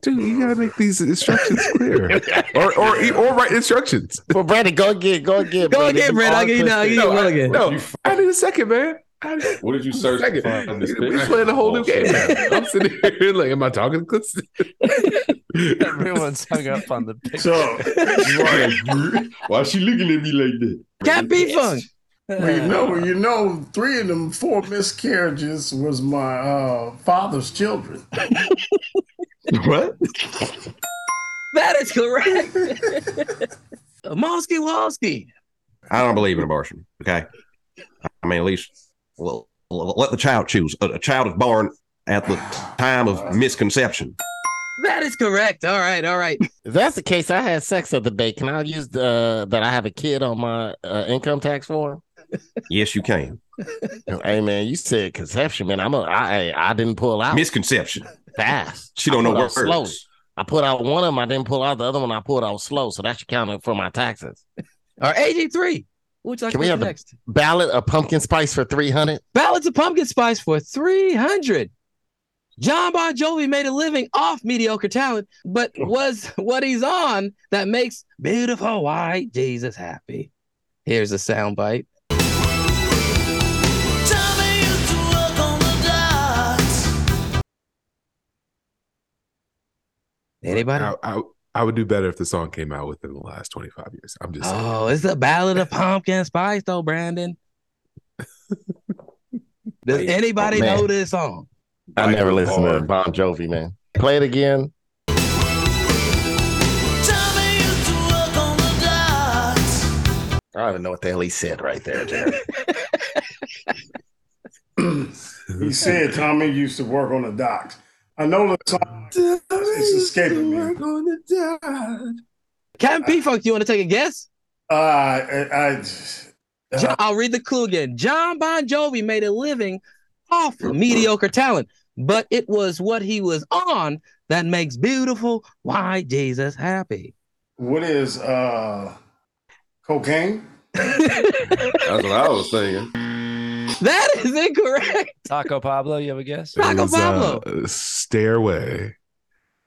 Dude, you gotta make these instructions *laughs* clear, or or e, or write instructions. Well, Brandon, go again, go again, Go again, Brandon. I'll give you, no, I'll give you one again. No, I need a second, man. I need What did you search a for second. in this We picture? playing a whole new *laughs* game. Bullshit. now. I'm sitting here like, am I talking to Clistine? *laughs* Everyone's hung up *laughs* on the picture. So Why is she looking at me like that? Cat beef fun. well, you *laughs* know, you know, three of them four miscarriages was my uh, father's *laughs* children. What? That is correct. *laughs* Mosky Walski. I don't believe in abortion. Okay. I mean, at least well, l- let the child choose. A, a child is born at the time of misconception. That is correct. All right, all right. If that's the case, I had sex the other day. Can I use the uh, that I have a kid on my uh, income tax form? Yes, you can. *laughs* hey man, you said conception, man. I'm a I I I didn't pull out Misconception. fast. She don't I know pulled out words. Slow. I pulled out one of them. I didn't pull out the other one. I pulled out slow, so that should count it for my taxes. All right, AG3. What would you like to Can we go have to the- next? Ballot of pumpkin spice for three hundred. Ballads of Pumpkin Spice for 300. John Bon Jovi made a living off mediocre talent, but Oh. was what he's on that makes beautiful white Jesus happy. Here's a soundbite. Anybody? I, I I would do better if the song came out within the last 25 years. I'm just saying. Oh, it's the Ballad of Pumpkin Spice, though, *laughs* Brandon. Does Wait, anybody oh, man. know this song? I never listened to Lord. Bon Jovi, man. Play it again. I don't even know what the hell he said right *laughs* there, Jared. He said Tommy used to work on the docks. I know the song. It's escaping me. Captain P Funk, you want to take a guess? Uh, I, uh, I Jo- I'll read the clue again. John Bon Jovi made a living off mediocre talent, but it was what he was on that makes beautiful why Jesus happy. what is uh, cocaine? That's what I was thinking. That is incorrect. Taco Pablo, you have a guess? Taco It was, Pablo. uh, Stairway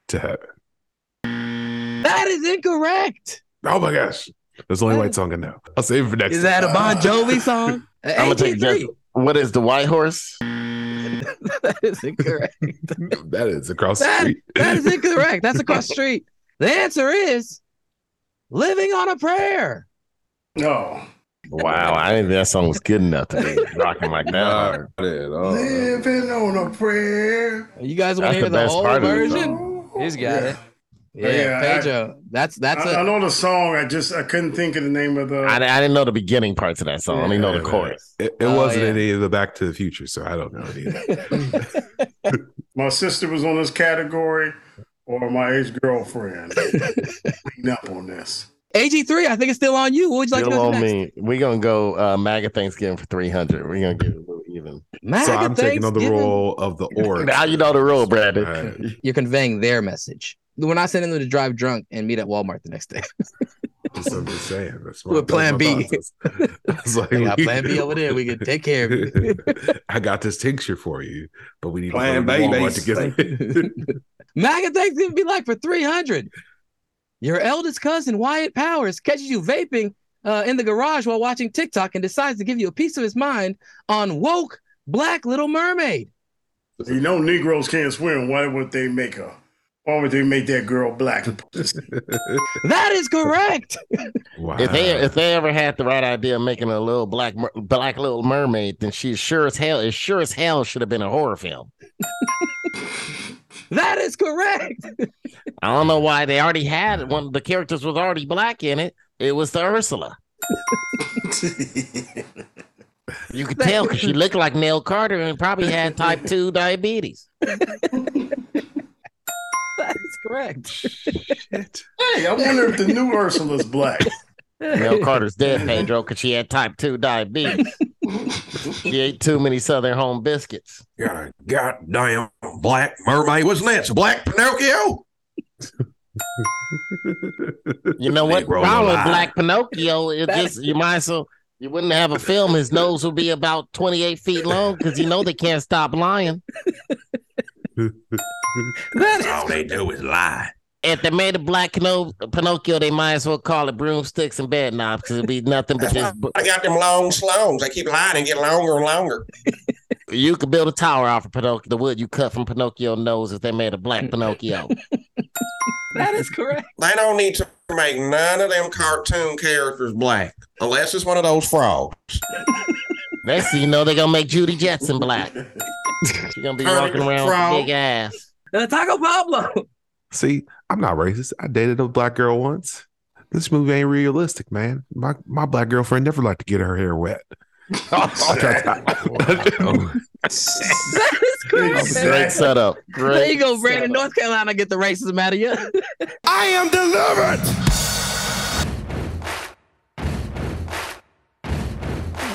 to Heaven. That is incorrect. Oh my gosh. That's the only white song I know. I'll save it for next Is that a Bon Ah. *laughs* Jovi *laughs* song? I'm gonna take a guess. 83. What is the White Horse? That is incorrect. time. that is across the That- street. that is incorrect. That's across the street. The answer is living on a prayer. No. Wow, I didn't think that song was good enough *laughs* to be rocking like that. Nah, hard. man, oh, man. Living on a prayer. Oh, You guys want That's to hear the the, best whole part of the version? He's got Yeah. it. Yeah, Yeah, I- Pedro. that's that's I, I a know the song. I just I couldn't think of the name of the. I, di- I didn't know the beginning parts of that song. I only know the chorus. It, it Oh, wasn't yeah. any of the Back to the Future, so I don't know any of that. my sister was on this category, or my ex *laughs* girlfriend. Clean up on this. AG3. I think it's still on you. What would you like to go Still to on next? me. We're gonna go uh, MAGA Thanksgiving for three hundred. We're gonna give it a little even. Mac so and I'm taking on the Thanksgiving. role of the orc. *laughs* Now you know the rule, Brandon. Alright. *laughs* You're conveying their message. We're not sending them to drive drunk and meet at Walmart the next day. *laughs* That's what I'm just saying. That's my, We're that's plan my B. process. *laughs* I was like, They got plan B over there. We can take care of it. *laughs* I got this tincture for you, but we need Plan to go to B, Walmart to get it. *laughs* MAGA thanks can be like for 300. Your eldest cousin, Wyatt Powers, catches you vaping uh, in the garage while watching TikTok and decides to give you a piece of his mind on woke black little mermaid. *laughs* You know, Negroes can't swim. Why would they make her? Why would they make that girl *laughs* black? that *laughs* is correct. If they if they ever had the right idea of making a little black mer- black little mermaid, then she sure as hell it sure as hell should have been a horror film. *laughs* that is correct. I don't know why they already had one. The characters was already black in it. It was the Ursula. you could tell because she looked like Nell Carter and probably had type two diabetes. That is correct. Hey, I wonder *laughs* if the new Ursula's black. *laughs* *laughs* Nell Carter's dead, Pedro, because she had type two diabetes. she ate too many Southern home biscuits. Got a goddamn black mermaid. What's next? A black Pinocchio? You know what? Negro Probably alive. Black Pinocchio. It just you might so you wouldn't have a film. His nose would be about twenty eight feet long because you know they can't stop *laughs* lying. All they do is lie. If they made a Black Pino- Pinocchio, they might as well call it broomsticks and bed knobs because it'd be nothing but this. I got them long slongs. They keep lying and get longer and longer. You could build a tower off of Pinocchio, the wood you cut from Pinocchio nose if they made a Black Pinocchio. That is correct. They don't need to make none of them cartoon characters black unless it's one of those frogs. Next thing you know, they're gonna make Judy Jetson black. She's gonna be walking around with a big ass. Taco Pablo. See, I'm not racist. I dated a black girl once. This movie ain't realistic, man. My my black girlfriend never liked to get her hair wet. That is correct. Great setup. Great. There you go, Brandon. North Carolina get the racism out of you. *laughs* I am delivered.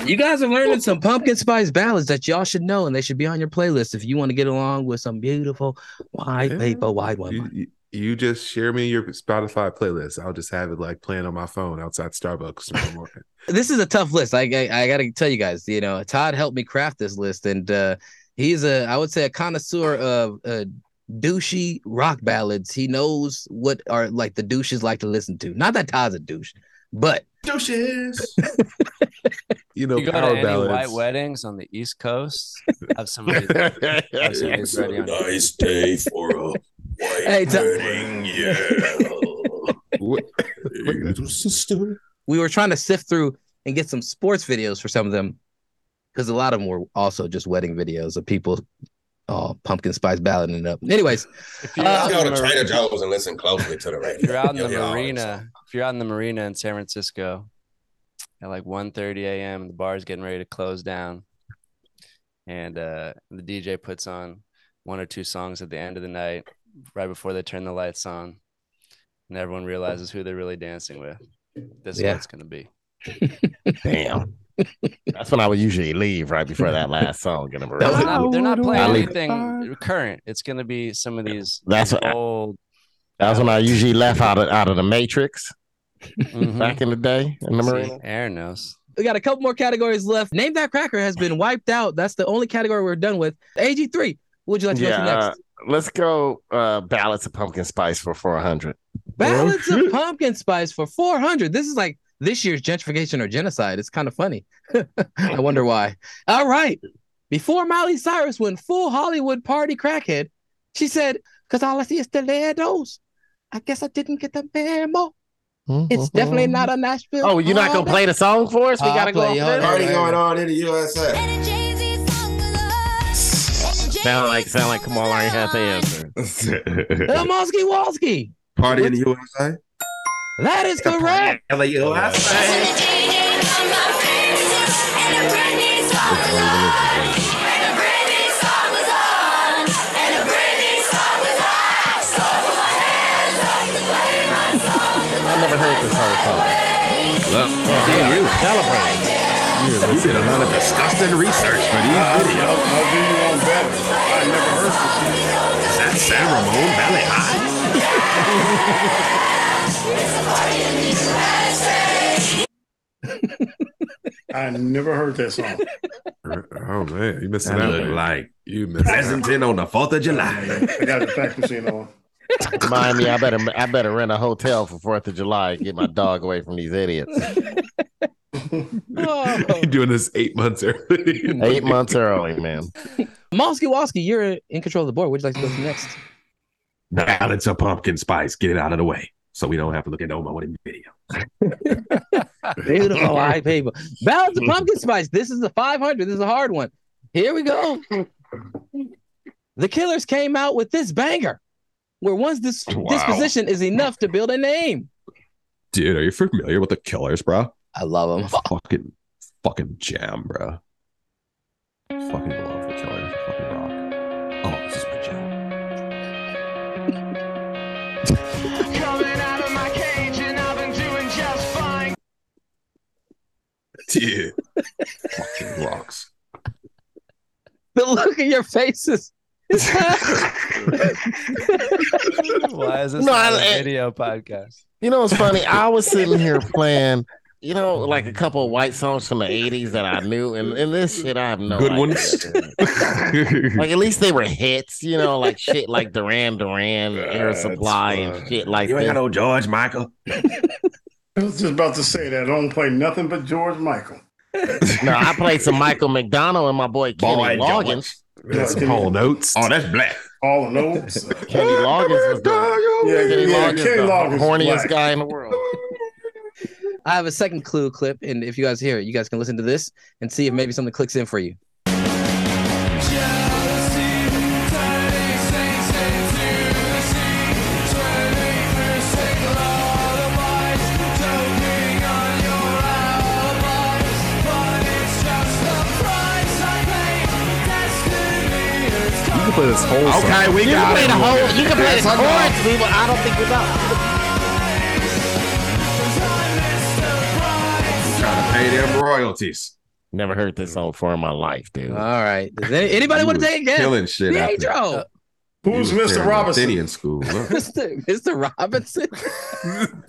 You guys are learning some pumpkin spice ballads that y'all should know, and they should be on your playlist if you want to get along with some beautiful white people, white You, women. you- you just share me your Spotify playlist. I'll just have it like playing on my phone outside Starbucks tomorrow morning. This is a tough list. I, I I gotta tell you guys. You know, Todd helped me craft this list, and uh, he's a I would say a connoisseur of uh, douchey rock ballads. He knows what are like the douches like to listen to. Not that Todd's a douche, but Douches. You know, you go to power any white *laughs* ballads. weddings on the East Coast, have somebody, have somebody It's a ready on nice day for *laughs* a white Hey, Tom. wedding. Yeah. Sister. we were trying to sift through and get some sports videos for some of them because a lot of them were also just wedding videos of people all pumpkin spice ballading it up. Anyways, you're uh, out Go to Mar- Trader Joe's and listen closely to the radio. if you're out in the You'll hear all that marina, if you're out in the marina in San Francisco at like 1:30 a.m. the bar's getting ready to close down, and uh, the DJ puts on one or two songs at the end of the night, right before they turn the lights on, and everyone realizes who they're really dancing with. This is Yeah. what it's gonna be. *laughs* Damn. That's when I would usually leave right before that last song. Get them They're arrested. not, they're not I playing leave- *laughs* anything current. It's gonna be some of these. That's these what I- old. That's when I usually left out of out of the Matrix Mhm. back in the day in the See, marina. Aaron knows. we got a couple more categories left. Name that cracker has been wiped out. That's the only category we're done with. AG3, would you like to go to Yeah, next? uh, let's go uh ballots of pumpkin spice for four hundred. Ballads *laughs* of pumpkin spice for 400. This is like this year's gentrification or genocide. It's kind of funny. *laughs* I wonder why. All right. Before Miley Cyrus went full Hollywood party crackhead, she said, Because all I see is stilettos. I guess I didn't get the memo. It's definitely not a Nashville. Uh, Oh, you're not gonna play the song for us? We I'll gotta go. play it. off Hold this? on, hold on in the USA. Sound like sound like Kamal already had the answer. Uh, Mosky Walski. Party in the USA. That is correct. In the USA. I never heard this whole song. Look, damn you. Celebrate. You did a lot of disgusting research for these videos. Is that San Ramon Valley High? I never heard that song. *laughs* Oh man, you missing That out. look man. like you missing Pleasanton on the Fourth of July. I got the fact machine on. *laughs* Mind me, I better I better rent a hotel for Fourth of July and get my dog away from *laughs* these idiots. Oh. *laughs* You're doing this eight months early. Eight months early, man. Mosky Wosky, you're in control of the board. Where'd you like to go to next? *laughs* Now it's a pumpkin spice. Get it out of the way so we don't have to look at no more video. Beautiful white paper. Balance of pumpkin spice. This is the 500. This is a hard one. Here we *laughs* go. The Killers came out with this banger, where one's dis- Wow. disposition is enough to build a name. Dude, are you familiar with the Killers, bro? I love them. Fucking, fucking jam, bro. Fucking love the Killers. Fucking rock. Oh, this is my jam. Dude, fucking rocks. The look in your faces. *laughs* Why is this *laughs* No, not I- a video podcast? You know what's funny? I was sitting here playing, you know, like a couple of white songs from the '80s that I knew, and, and this shit I have no Good idea. ones. *laughs* Like at least they were hits, you know, like shit like Duran Duran, Air Supply, and shit like You ain't got that. no George Michael. I was just about to say that. I don't play nothing but George Michael. No, I played some Michael McDonald and my boy Kenny Boy, Loggins. That's Paul Notes. Oh, that's black. All the notes. Kenny Loggins was the, Yeah, Kenny yeah, Loggins, Kenny the Loggins horniest black. guy in the world. I have a second clue clip, and if you guys hear it, you guys can listen to this and see if maybe something clicks in for you. You can play this whole song. Okay, we got it. You can play That's the enough. chords. We will, I don't think we know. Trying to pay them royalties. Never heard this song before in my life, dude. All right. Does any- anybody You want to was take a guess? killing shit out there. Pietro. Who's You was Mr. tearing Robinson? Athenian *laughs* school. Look. Mr. Mr. *laughs* Robinson.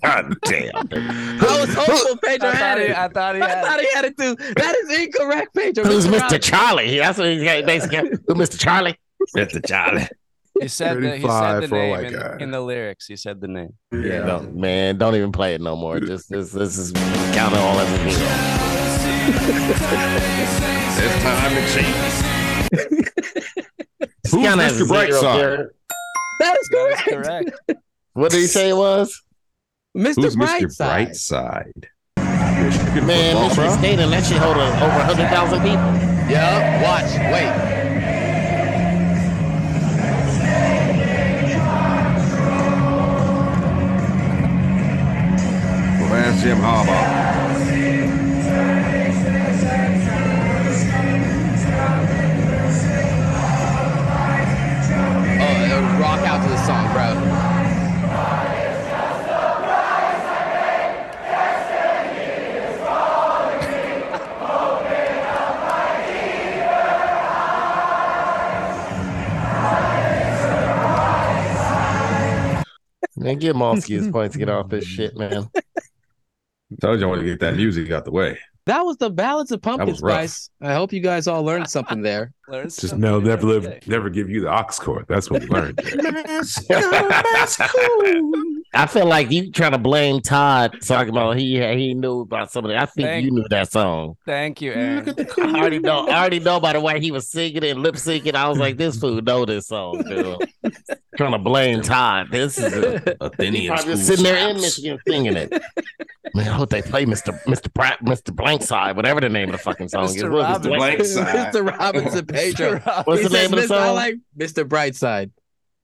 God damn. I was hopeful Pedro I had thought he- it. I thought he I had thought he had it too. That is incorrect, Pedro. Who's Mr. Robinson. Charlie? That's what he's got basically. Who Mr. Charlie? Mr. Charlie. He said the, he said 35 the for a name white in, guy. in the lyrics. He said the name. Yeah, don't- man, don't even play it no more. Just this, this is kind of all as a hero. It's time to cheat. Who's Mr. Brightside? That is correct. correct. What did he say it was? Mr. Who's Brightside. Mr. Brightside? Man, Football, Michigan bro. State and that shit hold a, over 100,000 people. Yeah, watch, wait. Well, that's Jim Harbaugh. *laughs* Oh, it would rock out to the song, bro. Man, give Malski *laughs* his points to get off this shit, *laughs* man. Told you I wanted to get that music out the way. That was the balance of pumpkin was rough. spice. I hope you guys all learned something *laughs* there. *laughs* Just no, never live, never give you the ox cord. That's what we *laughs* learned. *laughs* I feel like you trying to blame Todd talking about he he knew about somebody. I think Thank- you knew that song. Thank you, Aaron. I already know. I already know by the way he was singing and lip syncing. I was like, this food know this song, dude. trying to blame Todd. This is a, *laughs* he Athenian probably school. was sitting there in slaps. Michigan singing it. *laughs* Man, I hope they play Mr. Mr. Bra- Mr. Blankside, whatever the name of the fucking song is. Mr. What is it? Robinson. Blankside. Mr. Robinson Pedro. What's He the name says, of the "Mr. I song? like Mr. Brightside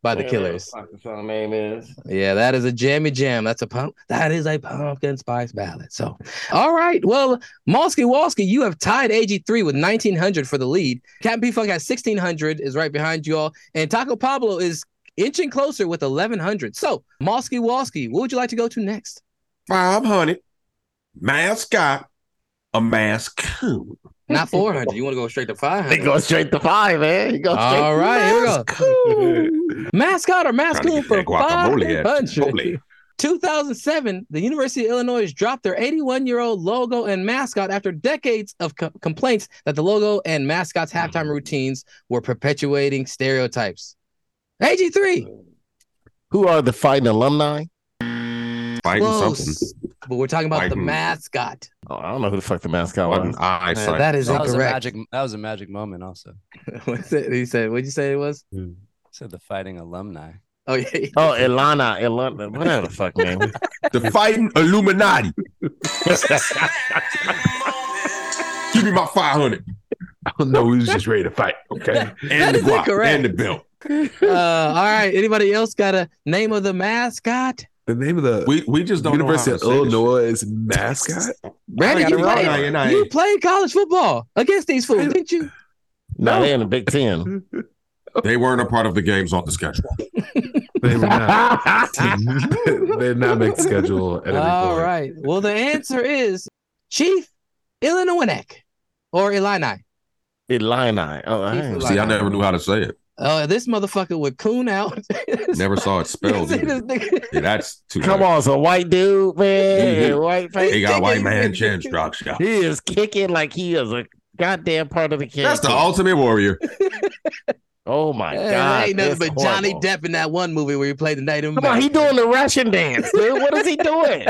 by the Killers. What the song name is? Yeah, that is a jammy jam. That's a pump. That is a pumpkin spice ballad. So, all right. Well, Malski Walski, you have tied AG3 with 1900 for the lead. Captain P Funk has 1600, is right behind you all. And Taco Pablo is inching closer with 1100. So, Malski Walski, what would you like to go to next? 500 mascot, a mascoon. Not 400. You want to go straight to 500. They go straight to five, man. He goes straight All right, here we go. Trying Mascot or to mascoon get for that guacamole at 500. Chipotle. 2007, the University of Illinois dropped their 81 year old logo and mascot after decades of co- complaints that the logo and mascot's halftime routines were perpetuating stereotypes. AG3, Who are the fighting alumni? Fighting Close. something. but we're talking about the Fighting. mascot. Oh, I don't know who the fuck the mascot was. I Yeah, that is that was a incorrect. magic. That was a magic moment. Also, What's it? He said, *laughs* what'd you say it was? Hmm. said the fighting alumni. Oh, yeah. Oh, Ilana, Ilana, whatever the *laughs* fuck, man. the fighting *laughs* Illuminati. Give me my 500. I know who's just ready to fight. Okay. That And the is block. incorrect. And the belt. uh, all right. Anybody else got a name of the mascot? The name of the we, we just don't know University how of to say this. Illinois "Oh, mascot. Randy, you, played, you played college football against these fools, didn't you? No, they in the Big Ten. *laughs* They weren't a part of the games on the schedule. *laughs* They *laughs* were not. they did not make the schedule. At any All point. right. Well, the answer is Chief Illinoinek or Illini. Illini. Oh, I ain't- See, I never knew how to say it. Uh, this motherfucker would coon out. *laughs* Never saw it Oh, spelled. See this either. nigga? Yeah, that's too Come on, it's a white dude, man. White face. He got *laughs* white man chin strokes. yeah. He is kicking like he is a goddamn part of the camp. That's the ultimate warrior. *laughs* Oh my Hey, god. that ain't nothing that's but Johnny horrible. Depp in that one movie where he played the Native Come on, he American. doing the Russian dance, dude. What *laughs* is he doing?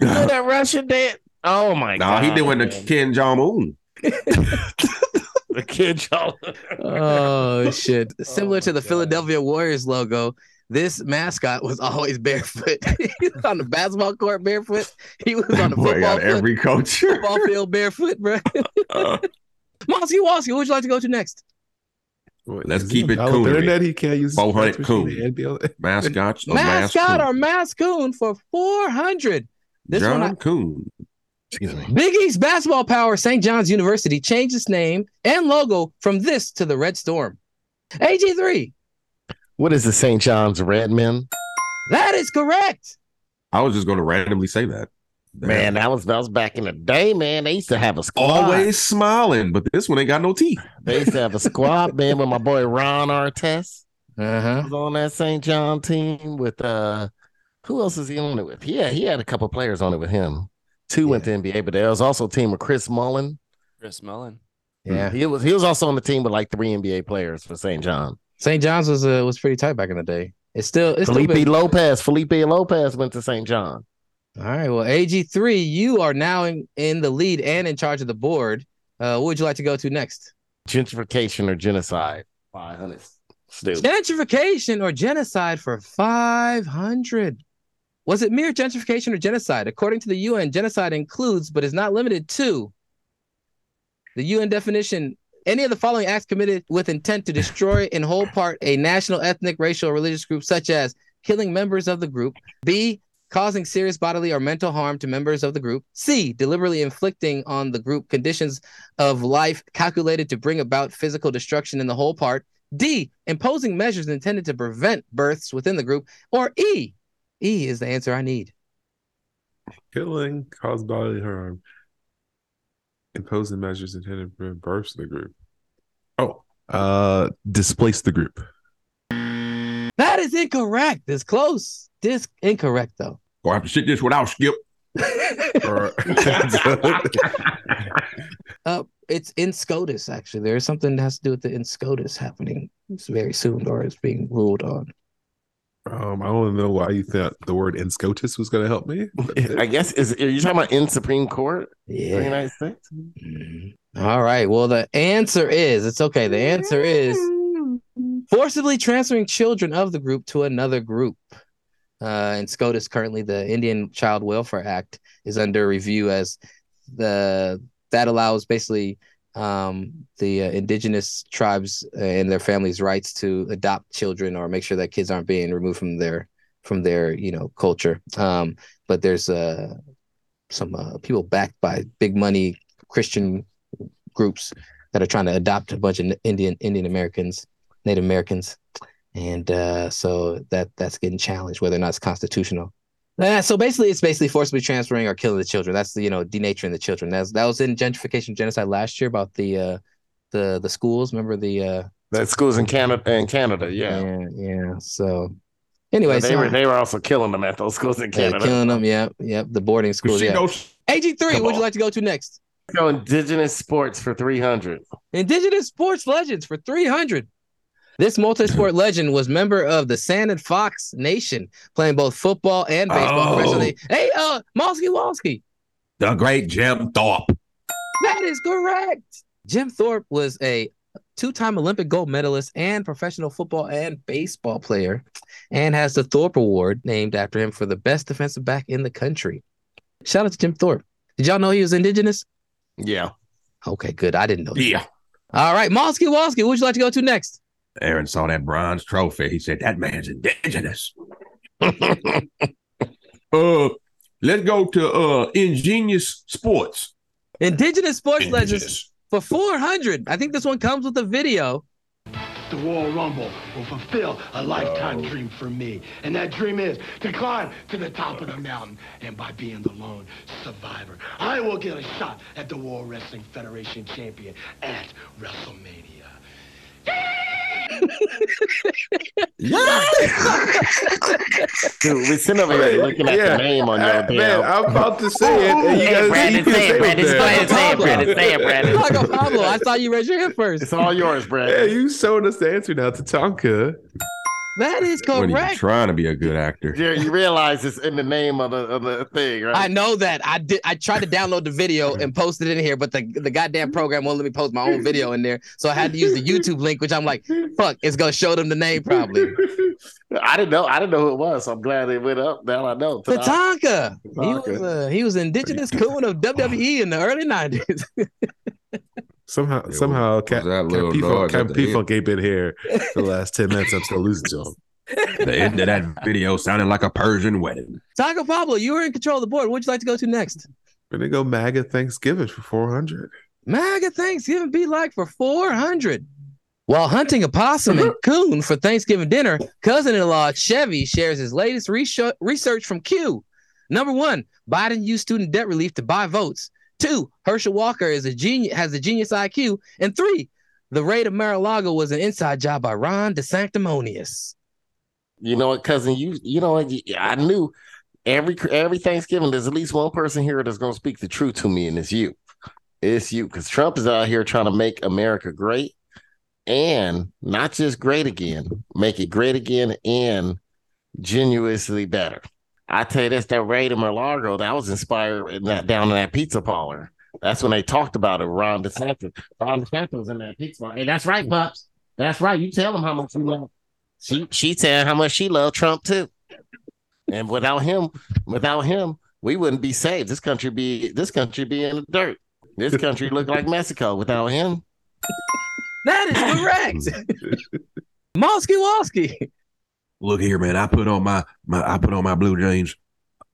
You know that Russian dance. Oh my Nah, god. he doing the Ken Jong Un. *laughs* the kid y'all. Oh shit! Similar to the Philadelphia Warriors logo, this mascot was always barefoot. *laughs* he was on the basketball court barefoot. He was on the *laughs* Boy, football, got foot, every *laughs* culture. football field barefoot, bro. *laughs* Mosky Wosky, who would you like to go to next? Let's keep it Dollar cool. Internet, he can't use his Four hundred fax cool. machine and be *laughs* able to- Mascot. mascot a mascot or mascoon for four hundred. This John one, Coon. Excuse me. I, Big East basketball power St. John's University changed its name and logo from this to the Red Storm. AG three, What is the St. John's Redmen? that is correct. I was just going to randomly say that. Man, that was that was back in the day, man. They used to have a squad. Always smiling, but this one ain't got no teeth. They used to have a squad, man, with my boy Ron Artest. Uh huh. was on that St. John team with uh who else is he on it with? Yeah, he had a couple players on it with him. Two went to NBA, but there was also a team with Chris Mullen. Chris *laughs* Mullen. Yeah, he was he was also on the team with like three NBA players for St. John. St. John's was uh, was pretty tight back in the day. It's still it's Felipe still been- Lopez. Felipe Lopez went to St. John. All right. Well, AG3, you are now in, in the lead and in charge of the board. Uh, what would you like to go to next? Gentrification or genocide. Five hundred. Stupid. Gentrification or genocide for 500. Was it mere gentrification or genocide? According to the UN, genocide includes, but is not limited to, the UN definition any of the following acts committed with intent to destroy in whole part a national, ethnic, racial, or religious group, such as killing members of the group, B, causing serious bodily or mental harm to members of the group, C, deliberately inflicting on the group conditions of life calculated to bring about physical destruction in the whole part, D, imposing measures intended to prevent births within the group, or E, E is the answer I need. Killing caused bodily harm. Imposing measures intended to prevent births in the group. Oh, uh, displace the group. That is incorrect. It's close. This incorrect though. *laughs* Gonna have to sit this one out, Skip. Or- Uh, it's in SCOTUS, actually. There's something that has to do with the in SCOTUS happening very soon, or it's being ruled on. um, I don't know why you thought the word inscotus was going to help me. I guess is are you talking about in Supreme Court? of The Yeah. United States? All right. Well, the answer is it's okay. The answer is forcibly transferring children of the group to another group. Uh, and SCOTUS currently, the Indian Child Welfare Act is under review as the that allows basically um, the uh, indigenous tribes and their families' rights to adopt children or make sure that kids aren't being removed from their from their you know culture. Um, but there's uh, some uh, people backed by big money Christian groups that are trying to adopt a bunch of Indian Indian Americans, Native Americans, and uh, so that that's getting challenged whether or not it's constitutional. Uh, so basically, it's basically forcibly transferring or killing the children. That's the you know denaturing the children. That's that was in gentrification genocide last year about the uh, the the schools. Remember the uh, That schools in Canada in Canada, yeah. yeah yeah. So Anyway, they so- were they were also killing them at those schools in Yeah, Canada. killing them. Yep, yep. The boarding schools. she Yeah. knows- AG three. Come Would you on. like to go to next? Go indigenous sports for three hundred. Indigenous sports legends for three hundred. This *laughs* multi-sport legend was member of the Sand and Fox Nation, playing both football and baseball Oh. professionally. Hey, uh, Malski Walski. The great Jim Thorpe. That is correct. Jim Thorpe was a two-time Olympic gold medalist and professional football and baseball player, and has the Thorpe Award named after him for the best defensive back in the country. Shout out to Jim Thorpe. Did y'all know he was indigenous? Yeah. Okay, good. I didn't know. that. Yeah. All right, Malski Walski. Who would you like to go to next? Aaron saw that bronze trophy. He said, That man's indigenous. *laughs* uh, let's go to uh ingenious sports. Indigenous sports legends for four hundred. I think this one comes with a video. The Royal Rumble will fulfill a lifetime dream for me. And that dream is to climb to the top of the mountain. And by being the lone survivor, I will get a shot at the World Wrestling Federation champion at WrestleMania. Dude, we sitting over *laughs* here looking at Yeah. the name on your Uh, man, damn. *laughs* I'm about to say it. And *laughs* you Hey, guys, Brandon, you say it, Brandon. Go ahead, say it, Brandon. Say it, Brandon. *laughs* Taco Pablo, I saw you raise your hand first. It's all yours, Yeah, you showed us the answer now to Tonka. That is When correct. he's trying to be a good actor. Yeah, you realize it's in the name of the of the thing, right? I *laughs* know that I did. I tried to download the video and post it in here, but the, the goddamn program won't let me post my own video in there. So I had to use the YouTube link, which I'm like, fuck, it's gonna show them the name probably. I didn't know. I didn't know who it was. So I'm glad it went up. Now I know. Tatanka. He was Tatanka. uh, he was indigenous coon of WWE in the early *laughs* '90s. Somehow, somehow, Cap, Cap little P-Funk, noise at Cap the end? P-Funk ain't been here for the last 10 minutes. I'm still losing to *laughs* him. The end of that video sounded like a Persian wedding. Taco Pablo, you were in control of the board. What'd you like to go to next? We're going to go MAGA Thanksgiving for 400. MAGA Thanksgiving be like for 400. While hunting a possum and coon for Thanksgiving dinner, cousin in law Chevy shares his latest resho- research from Q. Number one, Biden used student debt relief to buy votes. Two, Herschel Walker is a genius, has a genius IQ. And three, the raid of Mar-a-Lago was an inside job by Ron DeSanctimonious. You know what, cousin? You you know what? You- I knew every every Thanksgiving there's at least one person here that's going to speak the truth to me, and it's you. It's you because Trump is out here trying to make America great, and not just great again, make it great again and genuinely better. I tell you this, that Ray to Marlago, that was inspired in that, down in that pizza parlor. That's when they talked about it. Ron DeSantis, Ron DeSantis was in that pizza parlor. Hey, that's right, pops. That's right. You tell them how much you love. She she said how much she loved Trump too. And without him, without him, we wouldn't be saved. This country be this country be in the dirt. This country look like Mexico without him. That is correct. Mosky Walski. Look here, man. I put on my, my I put on my blue jeans.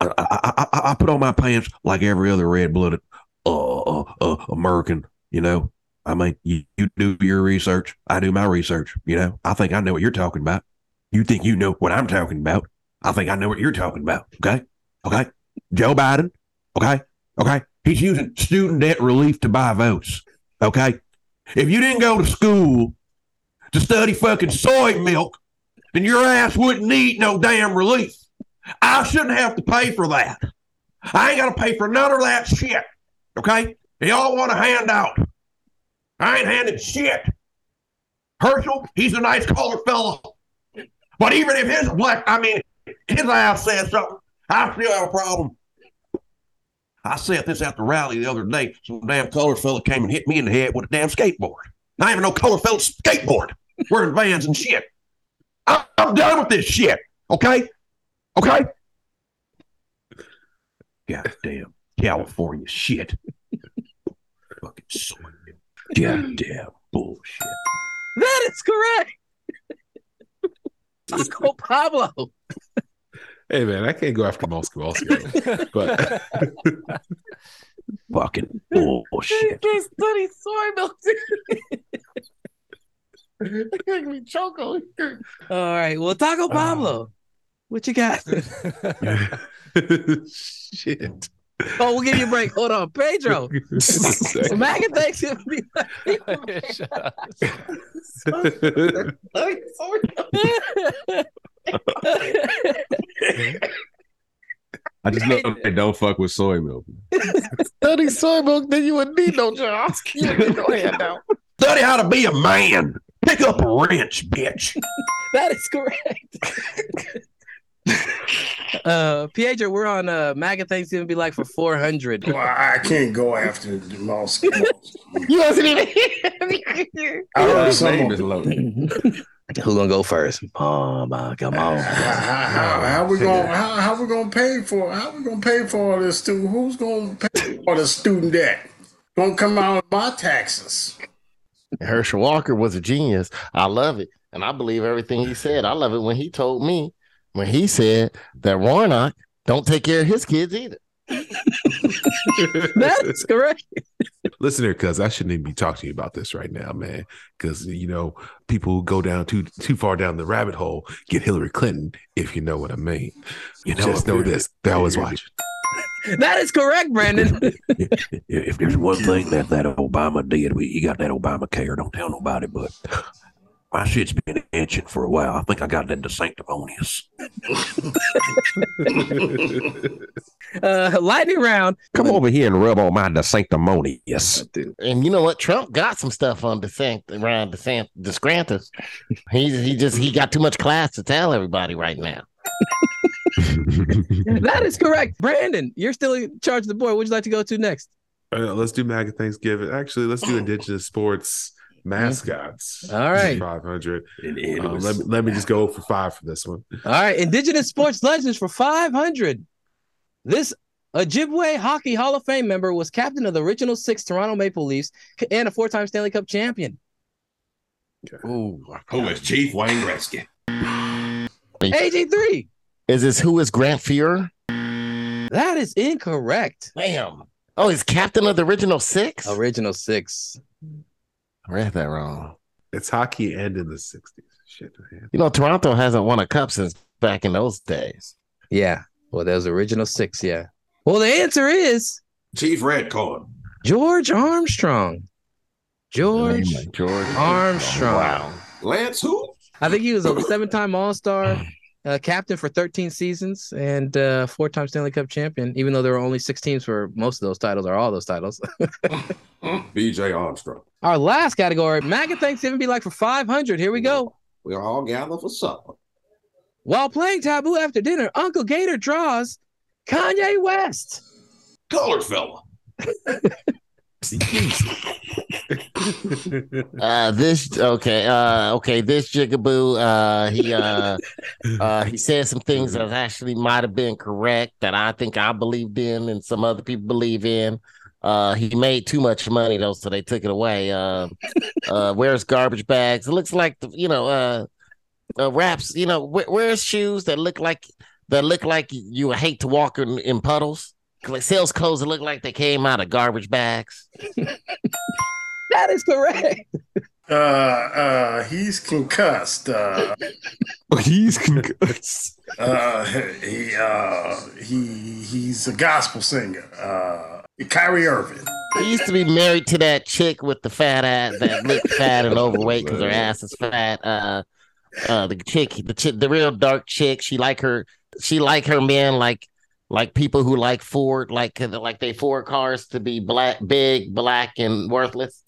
I, I, I, I- I put on my pants like every other red blooded uh, uh, uh, American. You know, I mean, you, you do your research. I do my research. You know, I think I know what you're talking about. You think you know what I'm talking about. I think I know what you're talking about. Okay. Okay. Joe Biden. Okay. Okay. He's using student debt relief to buy votes. Okay. If you didn't go to school to study fucking soy milk, then your ass wouldn't need no damn relief. I shouldn't have to pay for that. I ain't got to pay for none of that shit. Okay? Y'all want a handout. I ain't handed shit. Herschel, he's a nice colored fella. But even if his black, I mean, his ass says something, I still have a problem. I said this at the rally the other day. Some damn colored fella came and hit me in the head with a damn skateboard. Not even no colored fella skateboard. Wearing vans and shit. I- I'm done with this shit. Okay? Okay? Goddamn California shit. Fucking soy milk. Goddamn bullshit. That is correct. Taco Pablo. Hey, man, I can't go after Moscow *laughs* also. but fucking *laughs* bullshit. They study soy milk. *laughs* me choco. *laughs* All right. Well, Taco Pablo, what you got? Shit. Oh, we'll give you a break. Hold on, Pedro. MAGA Thanksgiving. be like- I just know they don't fuck with soy milk. Study soy milk, then you would need no job. You would need no handout. Study how to be a man. Pick up a wrench, bitch. that is correct. uh, Pietro, we're on uh, MAGA Thanksgiving be like for 400. Well, I can't go after the mosque. *laughs* You wasn't even here. I heard some of it. *laughs* Who gonna go first? Mama, come *laughs* on. How, how we gonna how, how we gonna pay for how we gonna pay for all this student? Who's gonna pay for the student debt? Gonna come out of my taxes. Herschel Walker was a genius. I love it. And I believe everything he said. I love it when he told me, when he said that Warnock don't take care of his kids either. *laughs* That's correct. Listen here, cuz I shouldn't even be talking to you about this right now, man. Cuz you know, people who go down too too far down the rabbit hole get Hillary Clinton, if you know what I mean. You know what, just know man? this. That was watching. That is correct, Brandon. If there's one thing that that Obama did, we, you got that Obamacare. Don't tell nobody, but my shit's been itching for a while. I think I got that sanctimonious. uh, lightning round. Come over here and rub on my sanctimonious. And you know what? Trump got some stuff on DeSant around DeSant disgranted. He he just he got too much class to tell everybody right now. that is correct. Brandon, you're still in charge of the board. What'd you like to go to next? Oh. Uh, let's do MAGA Thanksgiving. Actually, let's do Indigenous sports mascots. All right. five hundred. it Um, was- let, me- let me just go for five for this one. All right, Indigenous Sports Legends for 500. This Ojibwe Hockey Hall of Fame member was captain of the original six Toronto Maple Leafs and a four time Stanley Cup champion. Who is Chief Wayne Gretzky? AG3, Is this who is Grant Fuhrer? that is incorrect. Damn. Oh, he's captain of the original six? Original six. I read that wrong. It's hockey and in the sixties. Shit, man. You know, Toronto hasn't won a cup since back in those days. Yeah. Well, there's original six. Yeah. Well, the answer is Chief Redcorn. George Armstrong. George, George Armstrong. Lance who? I think he was a seven time All Star uh, captain for 13 seasons and uh, four time Stanley Cup champion, even though there were only six teams for most of those titles or all those titles. *laughs* BJ Armstrong. Our last category MAGA Thanksgiving be like for 500. Here we go. We all gather for supper. While playing Taboo after dinner, Uncle Gator draws Kanye West. Colored fella. Uh this okay, uh okay, this jigaboo, uh he uh uh he said some things that actually might have been correct that I think I believed in and some other people believe in. Uh he made too much money though, so they took it away. Uh uh wears garbage bags. It looks like the, you know, uh uh, wraps, you know, we- wears shoes that look like that look like you hate to walk in, in puddles. Like sales clothes that look like they came out of garbage bags. That is correct. Uh, uh, he's concussed. Uh, he's concussed. Uh, he uh, he he's a gospel singer. Uh, Kyrie *laughs* Irving. He used to be married to that chick with the fat ass that looked fat and overweight because her ass is fat. Uh, uh, the chick, the chick, the real dark chick. She like her, she like her men like like people who like Ford, like like they Ford cars to be black, big, black, and worthless.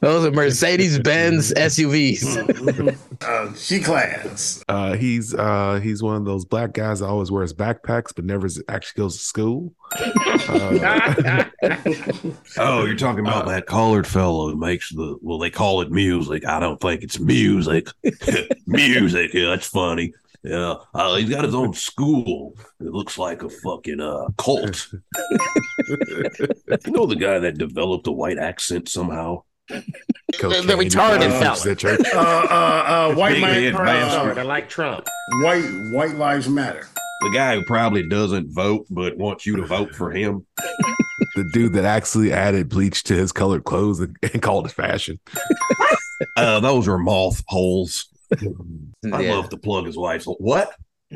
Those are Mercedes Benz SUVs. Uh, she class. Uh, he's uh, he's one of those black guys that always wears backpacks but never actually goes *laughs* to school. Uh, Oh, you're talking about that colored fellow who makes the well, they call it music. I don't think it's music. *laughs* music, yeah, that's funny. Yeah, uh, he's got his own school. It looks like a fucking uh, cult. you know the guy that developed a white accent somehow. the retarded fella. Uh, uh, uh, white Big man. head bastard. I like Trump. White White Lives Matter. The guy who probably doesn't vote but wants you to vote for him. *laughs* the dude that actually added bleach to his colored clothes and, and called *laughs* it fashion. Uh, those are moth holes. I Yeah. love to plug his wife's hole. What? *laughs*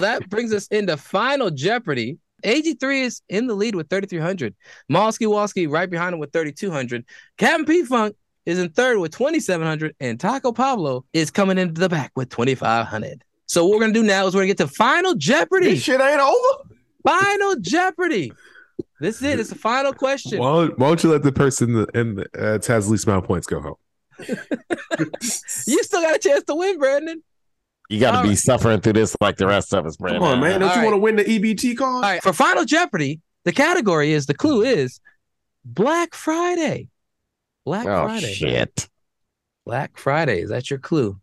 that brings us into Final Jeopardy. AG3 is in the lead with 3,300. Mosky Walski right behind him with 3,200. Captain P Funk is in third with 2,700. And Taco Pablo is coming into the back with 2,500. So what we're going to do now is we're going to get to Final Jeopardy. This shit ain't over. Final Jeopardy. This is it. It's the final question. Why don't, why don't you let the person that- in the, uh, has the least amount of points go home? you still got a chance to win, Brandon. You got to be suffering through this like the rest of us, Brandon. to win the EBT card? All right. For Final Jeopardy, the category is the clue is Black Friday. Black Oh, Friday. shit. Black Friday. Is that your clue?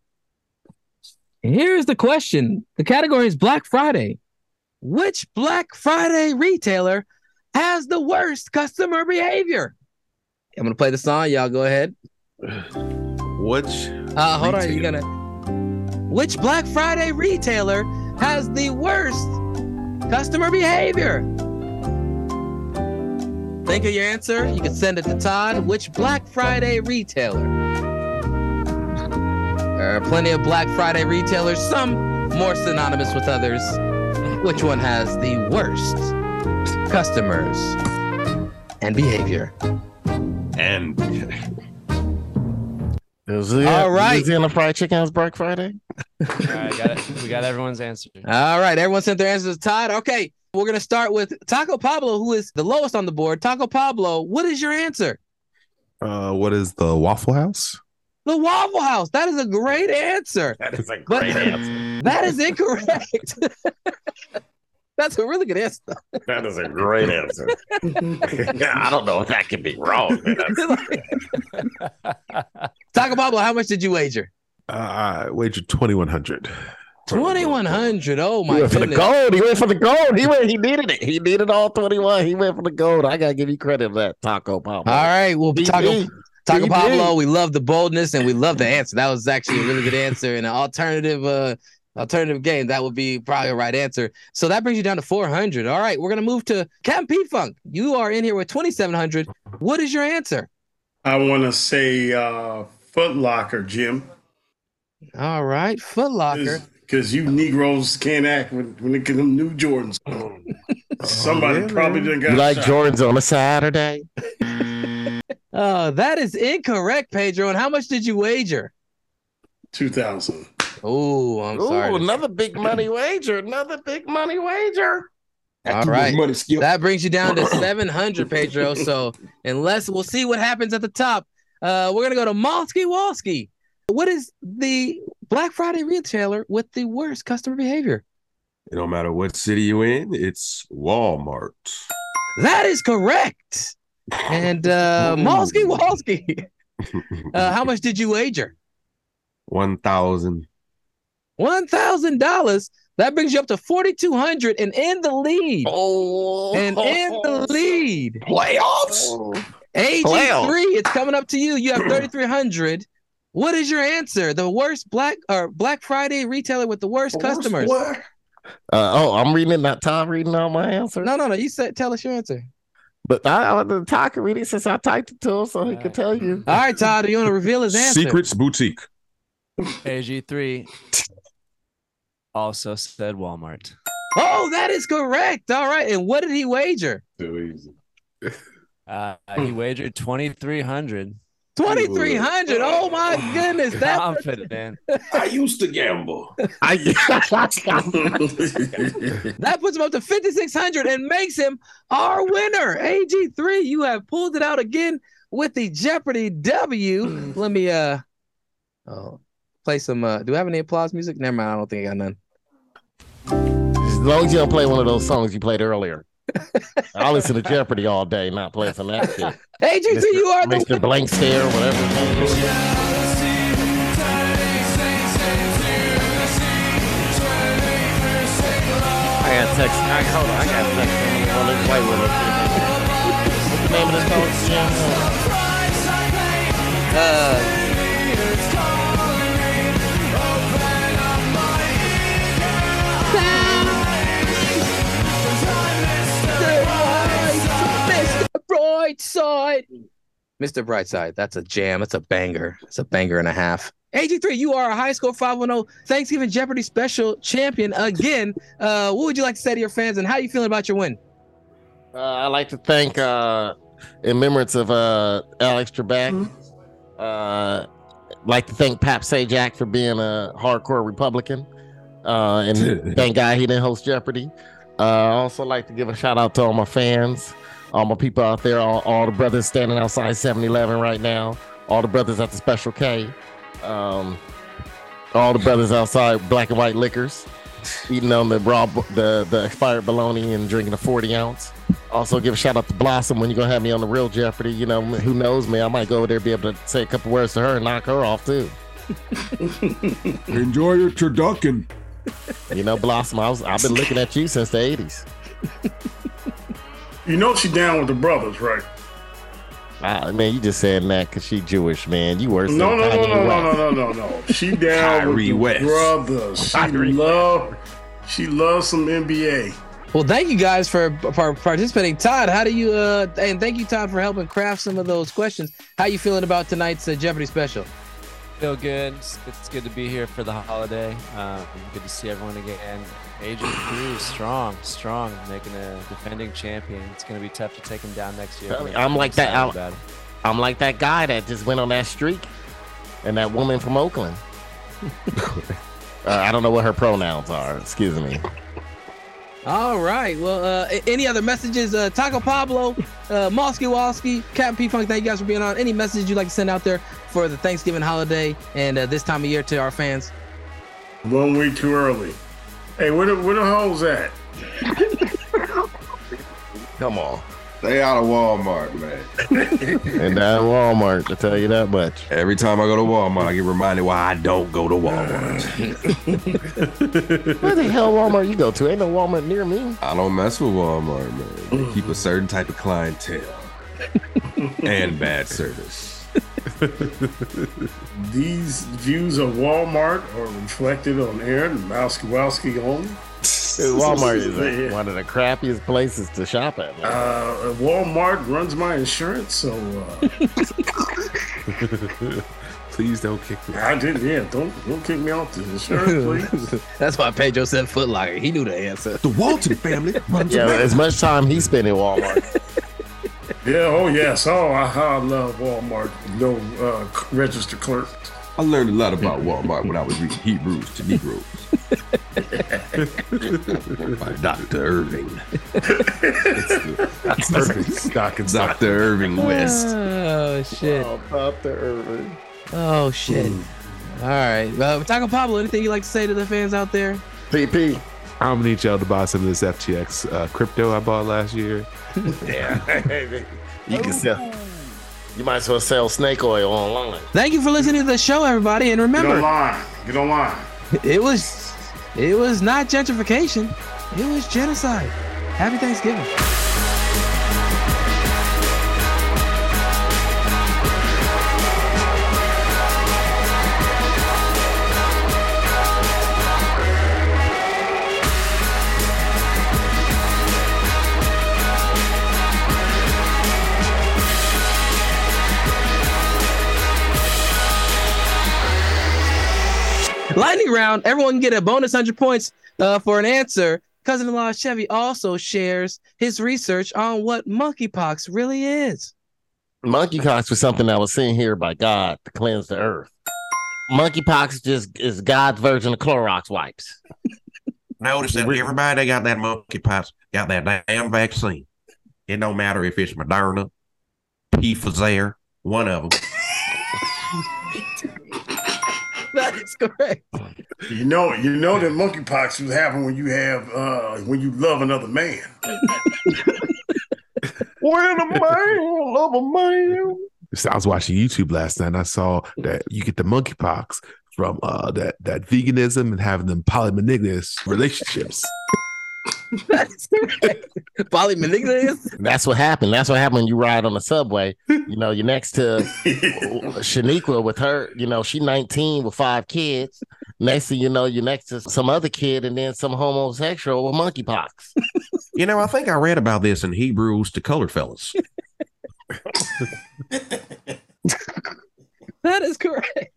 Here's the question. The category is Black Friday. Which Black Friday retailer has *laughs* the worst customer behavior? I'm gonna play the song. Y'all go ahead. Which? Uh, hold on. You gonna? Which Black Friday retailer has the worst customer behavior? Think of your answer. You can send it to Todd. Which Black Friday retailer? There are plenty of Black Friday retailers, some more synonymous with others. Which one has the worst customers and behavior? And All right. Louisiana Fried Chicken has Black Friday. All right, got it. We got everyone's answer. All right, everyone sent their answers to Todd. Okay, we're gonna start with Taco Pablo, who is the lowest on the board. Taco Pablo, what is your answer? Uh, what is the Waffle *laughs* House? The Waffle House. That is a great answer. That is a great answer. That is incorrect. *laughs* That's a really good answer. That is a great *laughs* answer. I don't know if that can be wrong. man. Taco Pablo, how much did you wager? Uh, I wagered twenty one hundred. Twenty one hundred. Oh my he went for the goodness. gold. He went for the gold. He went. He needed it. He needed all twenty-one. He went for the gold. I gotta give you credit for that, Taco Pop. All right. Well, DB. Taco, Taco DB. Pablo, we love the boldness and we love the answer. That was actually a really good answer and an alternative uh alternative game. That would be probably a right answer. So that brings you down to 400. All right. We're going to move to Captain P Funk. You are in here with 2700. What is your answer? I want to say uh, Foot Locker, Jim. All right. Foot Locker. Because you Negroes can't act when, when they get them new Jordans. *laughs* on. Somebody probably didn't You got like shot. Jordans on a Saturday? Uh, that is incorrect, Pedro. And how much did you wager? 2000. Oh, I'm sorry. Ooh, to another big money wager. Another big money wager. All right. That brings you down to 700, Pedro. So, unless we'll see what happens at the top, uh, we're going to go to Malski Walski. What is the Black Friday retailer with the worst customer behavior? It don't matter what city you in, it's Walmart. *laughs* That is correct. And uh, Malski Walski, uh, *laughs* how much did you wager? One thousand. $1,000. That brings you up to 4,200 and in the lead. Oh, and in the lead. Playoffs? AG3, Playoffs. it's coming up to you. You have *clears throat* 3,300. What is your answer? The worst Black or Black Friday retailer with the worst customers. Uh, oh, I'm reading it. Not Tom reading all my answers. No, no, no. You said tell us your answer. But I, I the Todd can read it since I typed it to him, so he could tell you. All right, Todd, do you want to reveal his answer? Secrets Boutique. AG3 also said Walmart. Oh, that is correct. All right. And what did he wager? Too easy. *laughs* Uh, he wagered 2300 2,300. Oh, my goodness. That, Confident, man. *laughs* I used to gamble. *laughs* that puts him up to 5,600 and makes him our winner. AG3, you have pulled it out again with the Jeopardy W. Let me uh oh, play some. Uh, do I have any applause music? Never mind. I don't think I got none. As long as you don't play one of those songs you played earlier. I listen to Jeopardy all day, not play some that shit. AG3, you are the Mr. Blank Stare, whatever. his name is. I got text. I, hold on, I got text. Well, let's play with it. What's the name of this song? Jim? Uh, Mr. Brightside. Mr. Brightside, that's a jam. That's a banger. It's a banger and a half. AG3, you are a High Score 510 Thanksgiving Jeopardy special champion again. Uh, what would you like to say to your fans and how you feeling about your win? Uh, I'd like to thank, uh, in remembrance of uh, Alex Trebek, uh, like to thank Pap Sajak for being a hardcore Republican. Uh, and thank God he didn't host Jeopardy. Uh, I also like to give a shout out to all my fans, all my people out there, all, all the brothers standing outside 7 Eleven right now, all the brothers at the Special K, um, all the brothers outside Black and White Liquors, eating on the raw, the, the expired bologna and drinking a 40 ounce. Also, give a shout out to Blossom when you're going to have me on the real Jeopardy. You know, who knows me? I might go over there be able to say a couple words to her and knock her off too. Enjoy your turducken. You know, Blossom, I was, I've been looking at you since the 80s. You know she down with the brothers, right? Ah, man, you just saying that because she Jewish, man. You worse No, than no, no, Kanye no, West. no, no, no, no, no. *laughs* She down with Kyrie the West. brothers. She love. She loves some NBA. Well, thank you guys for, for participating. Todd, how do you, uh, and thank you, Todd, for helping craft some of those questions. How you feeling about tonight's uh, Jeopardy special? Feel good. It's, it's good to be here for the holiday. Um, good to see everyone again. Agent Cruz, strong, strong, making a defending champion. It's going to be tough to take him down next year. Tell me, I'm like that. excited I'm, I'm like that guy that just went on that streak, and that woman from Oakland. uh, I don't know what her pronouns are. Excuse me. All right. Well, uh, a- any other messages? Uh, Taco Pablo, uh, Mosky Walski, Captain P Funk, thank you guys for being on. Any messages you'd like to send out there for the Thanksgiving holiday and uh, this time of year to our fans? One week too early. Hey, where the where the hoes at? Come on. They out of Walmart, man. And that Walmart, I tell you that much. Every time I go to Walmart, I get reminded why I don't go to Walmart. Where the hell Walmart you go to? Ain't no Walmart near me. I don't mess with Walmart, man. They keep a certain type of clientele *laughs* and bad service. These views of Walmart are reflected on Aaron Mousewowski only. Dude, *laughs* Walmart is like one of the crappiest places to shop at. man. Uh, Walmart runs my insurance, so uh, Please don't kick me. I didn't. Yeah, don't don't kick me off the insurance, please. *laughs* That's why Pedro said Foot Locker. He knew the answer. The Walton family. Yeah, as much time he spent in Walmart. Yeah. Oh yes. Oh, I, I love Walmart. No uh, c- register clerk. I learned a lot about Walmart when I was reading Hebrews to Negroes. By Dr. Irving. It's the- Dr. Irving West. Oh shit. Oh, Dr. Irving. Oh shit. All right. Well, Taco Pablo, anything you'd like to say to the fans out there? PP. I'm gonna need y'all to buy some of this FTX uh, crypto I bought last year. Yeah. *laughs* you can sell. You might as well sell snake oil online. Thank you for listening to the show, everybody, and remember, online. Get online. It was, it was not gentrification. It was genocide. Happy Thanksgiving. Lightning round. Everyone can get a bonus hundred points uh, for an answer. Cousin-in-law Chevy also shares his research on what monkeypox really is. monkeypox was something that was sent here by God to cleanse the earth. Monkeypox just is God's version of Clorox wipes. Notice that everybody that got that monkeypox got that damn vaccine. It don't matter if it's Moderna, Pfizer, one of them. *laughs* That is correct. You know, you know that monkeypox would happen when you have uh, when you love another man. When a man love a *laughs* man. So I was watching YouTube last night and I saw that you get the monkeypox from uh, that that veganism and having them polymonogamous relationships. *laughs* Polymonogamous. That's what happened. That's what happened when you ride on the subway. You know, you're next to Shaniqua with her. You know, she 19 with five kids. Next thing you know, you're next to some other kid and then some homosexual with monkeypox. You know, I think I read about this in Hebrews to color fellas. That is correct.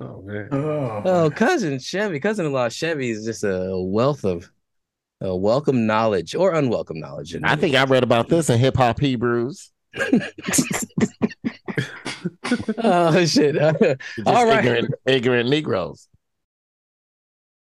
Oh Oh, cousin Chevy, cousin-in-law Chevy is just a wealth of uh, welcome knowledge or unwelcome knowledge. I think I read about this in Hip Hop Hebrews. oh shit! Just All right. *laughs* ignorant, ignorant Negroes.